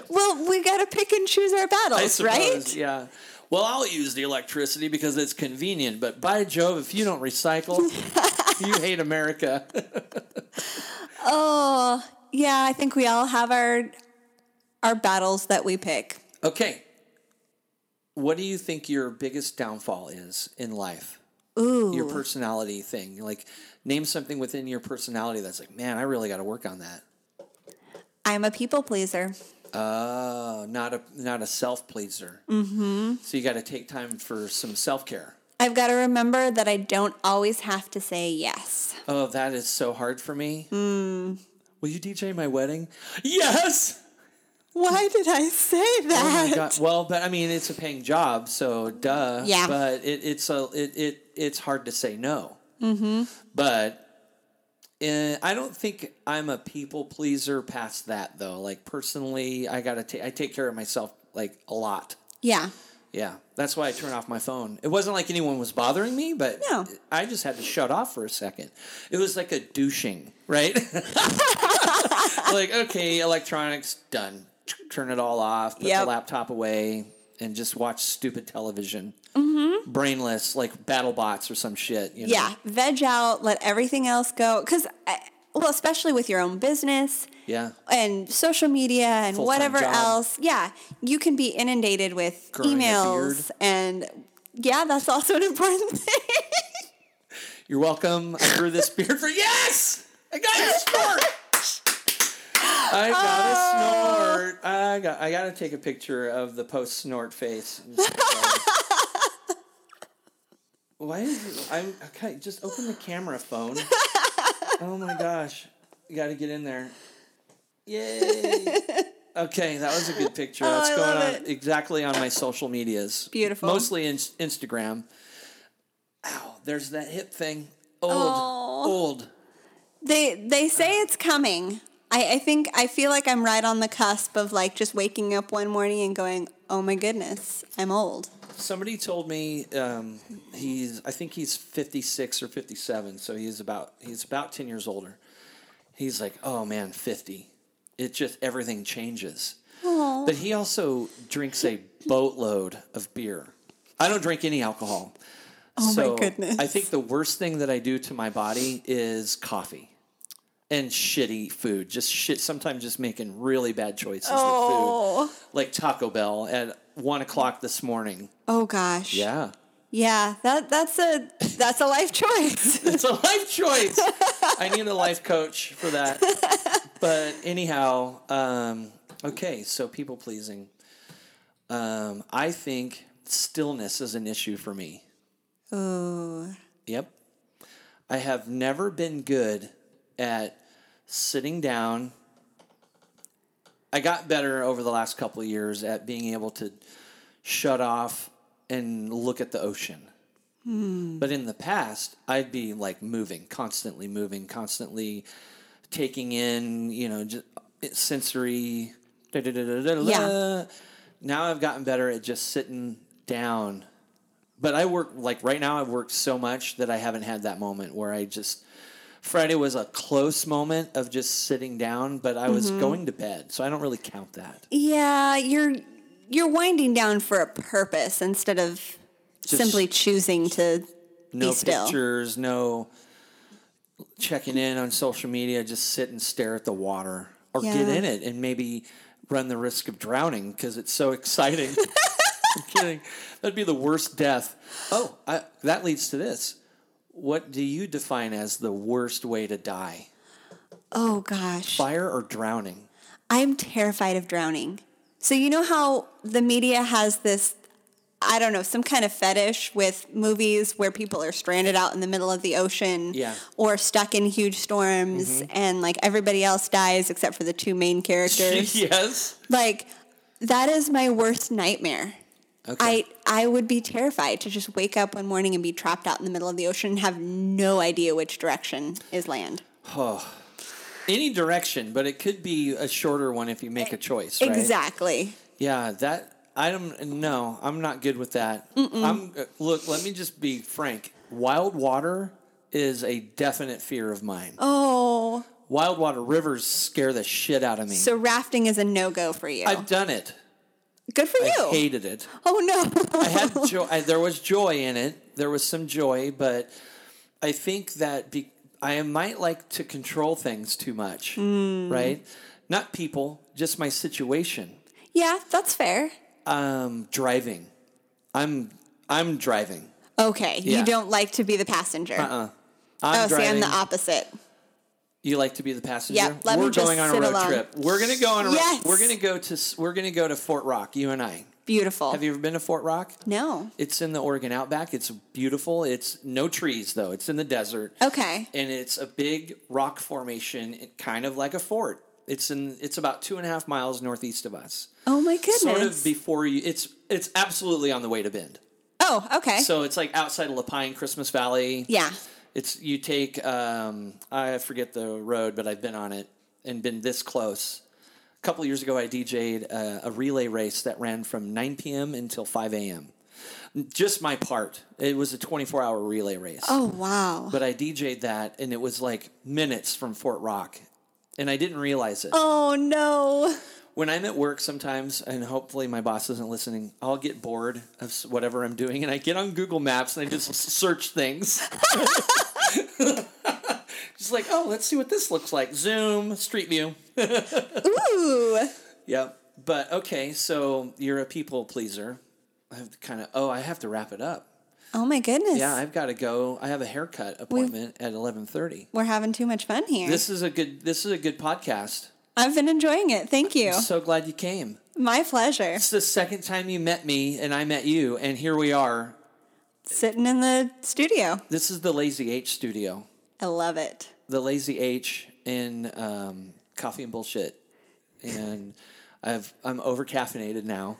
[SPEAKER 3] Well, we gotta pick and choose our
[SPEAKER 1] I
[SPEAKER 3] battles,
[SPEAKER 1] suppose.
[SPEAKER 3] right?
[SPEAKER 1] Yeah. Well, I'll use the electricity because it's convenient. But by Jove, if you don't recycle, you hate America.
[SPEAKER 3] Yeah, I think we all have our our battles that we pick.
[SPEAKER 1] Okay. What do you think your biggest downfall is in life?
[SPEAKER 3] Ooh.
[SPEAKER 1] Your personality thing. Like, name something within your personality that's like, man, I really got to work on that.
[SPEAKER 3] I'm a people pleaser.
[SPEAKER 1] Oh, not a not a self pleaser. Mm-hmm. So you got to take time for some self care.
[SPEAKER 3] I've got to remember that I don't always have to say yes.
[SPEAKER 1] Oh, that is so hard for me.
[SPEAKER 3] Mm.
[SPEAKER 1] Will you DJ my wedding? Yes.
[SPEAKER 3] Why did I say
[SPEAKER 1] Oh
[SPEAKER 3] that?
[SPEAKER 1] my God. Well, but I mean, it's a paying job, so duh.
[SPEAKER 3] Yeah.
[SPEAKER 1] But it, it's a it, it it's hard to say no. Mm-hmm. But. eh, I don't think I'm a people pleaser past that though. Like personally, I gotta take I take care of myself like a lot.
[SPEAKER 3] Yeah.
[SPEAKER 1] Yeah, that's why I turned off my phone. It wasn't like anyone was bothering me, but
[SPEAKER 3] No.
[SPEAKER 1] I just had to shut off for a second. It was like a douching, right? like, okay, electronics done. Turn it all off, put
[SPEAKER 3] Yep.
[SPEAKER 1] the laptop away, and just watch stupid television. Mm-hmm. Brainless, like battle bots or some shit. You know?
[SPEAKER 3] Yeah. Veg out, let everything else go. Because, well, especially with your own business
[SPEAKER 1] Yeah.
[SPEAKER 3] and social media and
[SPEAKER 1] Full-time
[SPEAKER 3] whatever
[SPEAKER 1] job.
[SPEAKER 3] else. Yeah. You can be inundated with
[SPEAKER 1] Growing a
[SPEAKER 3] emails. And yeah, that's also an important thing.
[SPEAKER 1] You're welcome. I grew this beard for yes. I got a snort. I
[SPEAKER 3] Oh.
[SPEAKER 1] got a snort. I got. I got to take a picture of the post snort face. Why is it, I'm okay? Just open the camera phone. Oh my gosh, you got to get in there. Yay! Okay, that was a good picture. That's
[SPEAKER 3] Oh, I
[SPEAKER 1] going on
[SPEAKER 3] love it.
[SPEAKER 1] exactly on my social medias.
[SPEAKER 3] Beautiful.
[SPEAKER 1] Mostly in, Instagram. Ow, there's that hip thing. Old,
[SPEAKER 3] Aw.
[SPEAKER 1] old.
[SPEAKER 3] They they say it's coming. I, I think I feel like I'm right on the cusp of like just waking up one morning and going, Oh my goodness, I'm old.
[SPEAKER 1] Somebody told me um, he's. I think he's 56 or 57, so he's about he's about 10 years older. He's like, oh man, 50. It just everything changes. But he also drinks a boatload of beer. I don't drink any alcohol. Oh
[SPEAKER 3] my goodness.
[SPEAKER 1] I think the worst thing that I do to my body is coffee and shitty food. Just shit. Sometimes just making really bad choices
[SPEAKER 3] Oh.
[SPEAKER 1] with food, like Taco Bell at one o'clock this morning.
[SPEAKER 3] Oh gosh.
[SPEAKER 1] Yeah.
[SPEAKER 3] Yeah, that that's a that's a life choice.
[SPEAKER 1] It's a life choice. I need a life coach for that. But anyhow, um, okay, so people pleasing. Um, I think stillness is an issue for me.
[SPEAKER 3] Ooh.
[SPEAKER 1] Yep. I have never been good at sitting down. I got better over the last couple of years at being able to shut off and look at the ocean. But in the past, I'd be like moving, constantly moving, constantly taking in, you know, just sensory. da- da- da- da- da- da.
[SPEAKER 3] Yeah.
[SPEAKER 1] Now I've gotten better at just sitting down. But I work like right now. I've worked so much that I haven't had that moment where I just. Friday was a close moment of just sitting down, but I
[SPEAKER 3] Mm-hmm.
[SPEAKER 1] was going to bed, so I don't really count that.
[SPEAKER 3] Yeah, you're you're winding down for a purpose instead of
[SPEAKER 1] Just
[SPEAKER 3] simply choosing to
[SPEAKER 1] no
[SPEAKER 3] be still.
[SPEAKER 1] pictures, no checking in on social media, just sit and stare at the water or get
[SPEAKER 3] Yeah.
[SPEAKER 1] in it and maybe run the risk of drowning because it's so exciting. I'm kidding. That'd be the worst death. Oh, I, that leads to this. What do you define as the worst way to die?
[SPEAKER 3] Oh gosh.
[SPEAKER 1] Fire or drowning?
[SPEAKER 3] I'm terrified of drowning. So you know how the media has this I don't know, some kind of fetish with movies where people are stranded out in the middle of the ocean
[SPEAKER 1] Yeah. Mm-hmm.
[SPEAKER 3] or stuck in huge storms and like everybody else dies except for the two main characters.
[SPEAKER 1] yes.
[SPEAKER 3] Like that is my worst nightmare.
[SPEAKER 1] Okay.
[SPEAKER 3] I I would be terrified to just wake up one morning and be trapped out in the middle of the ocean and have no idea which direction is land.
[SPEAKER 1] Any direction, but it could be a shorter one if you make a choice, right?
[SPEAKER 3] Exactly.
[SPEAKER 1] Yeah, that I don't. No, I'm not good with that. I'm uh, look. Let me just be frank. Wild water is a definite fear of mine.
[SPEAKER 3] Oh,
[SPEAKER 1] Wild water rivers scare the shit out of me.
[SPEAKER 3] so rafting is a no go for you.
[SPEAKER 1] I've done it.
[SPEAKER 3] Good for
[SPEAKER 1] I
[SPEAKER 3] you.
[SPEAKER 1] hated it.
[SPEAKER 3] oh no.
[SPEAKER 1] I had joy. I, there was joy in it. There was some joy, but I think that be, I might like to control things too much.
[SPEAKER 3] Mm.
[SPEAKER 1] Right? Not people, just my situation.
[SPEAKER 3] yeah, that's fair.
[SPEAKER 1] Um, driving. I'm. I'm driving.
[SPEAKER 3] Okay,
[SPEAKER 1] Yeah. Uh-uh.
[SPEAKER 3] you don't like to be the passenger.
[SPEAKER 1] I'm
[SPEAKER 3] oh, see, I'm
[SPEAKER 1] driving.
[SPEAKER 3] the opposite.
[SPEAKER 1] You like to be the passenger.
[SPEAKER 3] Yeah, let me
[SPEAKER 1] we're
[SPEAKER 3] just
[SPEAKER 1] going on a
[SPEAKER 3] sit
[SPEAKER 1] road
[SPEAKER 3] alone.
[SPEAKER 1] trip. We're gonna go on a
[SPEAKER 3] Yes.
[SPEAKER 1] road. We're gonna go to s- we're gonna go to Fort Rock. You and I.
[SPEAKER 3] Beautiful.
[SPEAKER 1] Have you ever been to Fort Rock?
[SPEAKER 3] no.
[SPEAKER 1] It's in the Oregon outback. It's beautiful. It's no trees though. It's in the desert,
[SPEAKER 3] Okay.
[SPEAKER 1] and it's a big rock formation, it- kind of like a fort. It's in. It's about two and a half miles northeast of us.
[SPEAKER 3] Oh my goodness.
[SPEAKER 1] Sort of before you. It's it's absolutely on the way to Bend.
[SPEAKER 3] oh, okay.
[SPEAKER 1] So it's like outside of Lapine, Christmas Valley.
[SPEAKER 3] yeah.
[SPEAKER 1] It's you take um, I forget the road, but I've been on it and been this close. A couple years ago, I DJ'd a, a relay race that ran from 9 p.m. until 5 a.m. Just my part. It was a 24-hour relay race,
[SPEAKER 3] Oh wow.
[SPEAKER 1] but I DJ'd that, and it was like minutes from Fort Rock, and I didn't realize it.
[SPEAKER 3] oh no.
[SPEAKER 1] When I'm at work sometimes, and hopefully my boss isn't listening, I'll get bored of s- whatever I'm doing, and I get on Google Maps and I just search things. just like, oh, let's see what this looks like. Zoom, Street View.
[SPEAKER 3] Ooh.
[SPEAKER 1] Yep. But okay, so you're a people pleaser. I've kind of, oh, I have to wrap it up.
[SPEAKER 3] Oh my goodness.
[SPEAKER 1] Yeah, I've got to go. I have a haircut appointment at 11:30.
[SPEAKER 3] We're having too much fun here.
[SPEAKER 1] This is a good. This is a good podcast.
[SPEAKER 3] I've been enjoying it. Thank you.
[SPEAKER 1] So glad you came.
[SPEAKER 3] My pleasure.
[SPEAKER 1] It's the second time you met me and I met you, and here we are.
[SPEAKER 3] Sitting in the studio.
[SPEAKER 1] This is the Lazy H studio,
[SPEAKER 3] I love it.
[SPEAKER 1] the Lazy H in um, coffee and bullshit, and I've I'm over caffeinated now.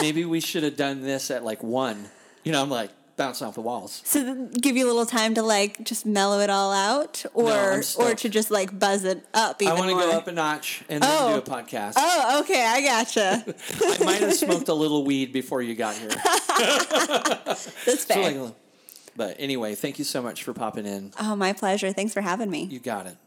[SPEAKER 1] Maybe we should have done this at like one. You know, I'm like bouncing off the walls.
[SPEAKER 3] So th- give you a little time to like just mellow it all out or
[SPEAKER 1] I'm
[SPEAKER 3] or
[SPEAKER 1] stoked.
[SPEAKER 3] to just like buzz it up even
[SPEAKER 1] I want to
[SPEAKER 3] more.
[SPEAKER 1] go up a notch and then
[SPEAKER 3] Oh.
[SPEAKER 1] do a podcast.
[SPEAKER 3] Oh, okay, I gotcha.
[SPEAKER 1] I might have smoked a little weed before you got here.
[SPEAKER 3] That's
[SPEAKER 1] So,
[SPEAKER 3] fair.
[SPEAKER 1] like, but anyway, thank you so much for popping in.
[SPEAKER 3] oh, my pleasure. Thanks for having me.
[SPEAKER 1] You got it.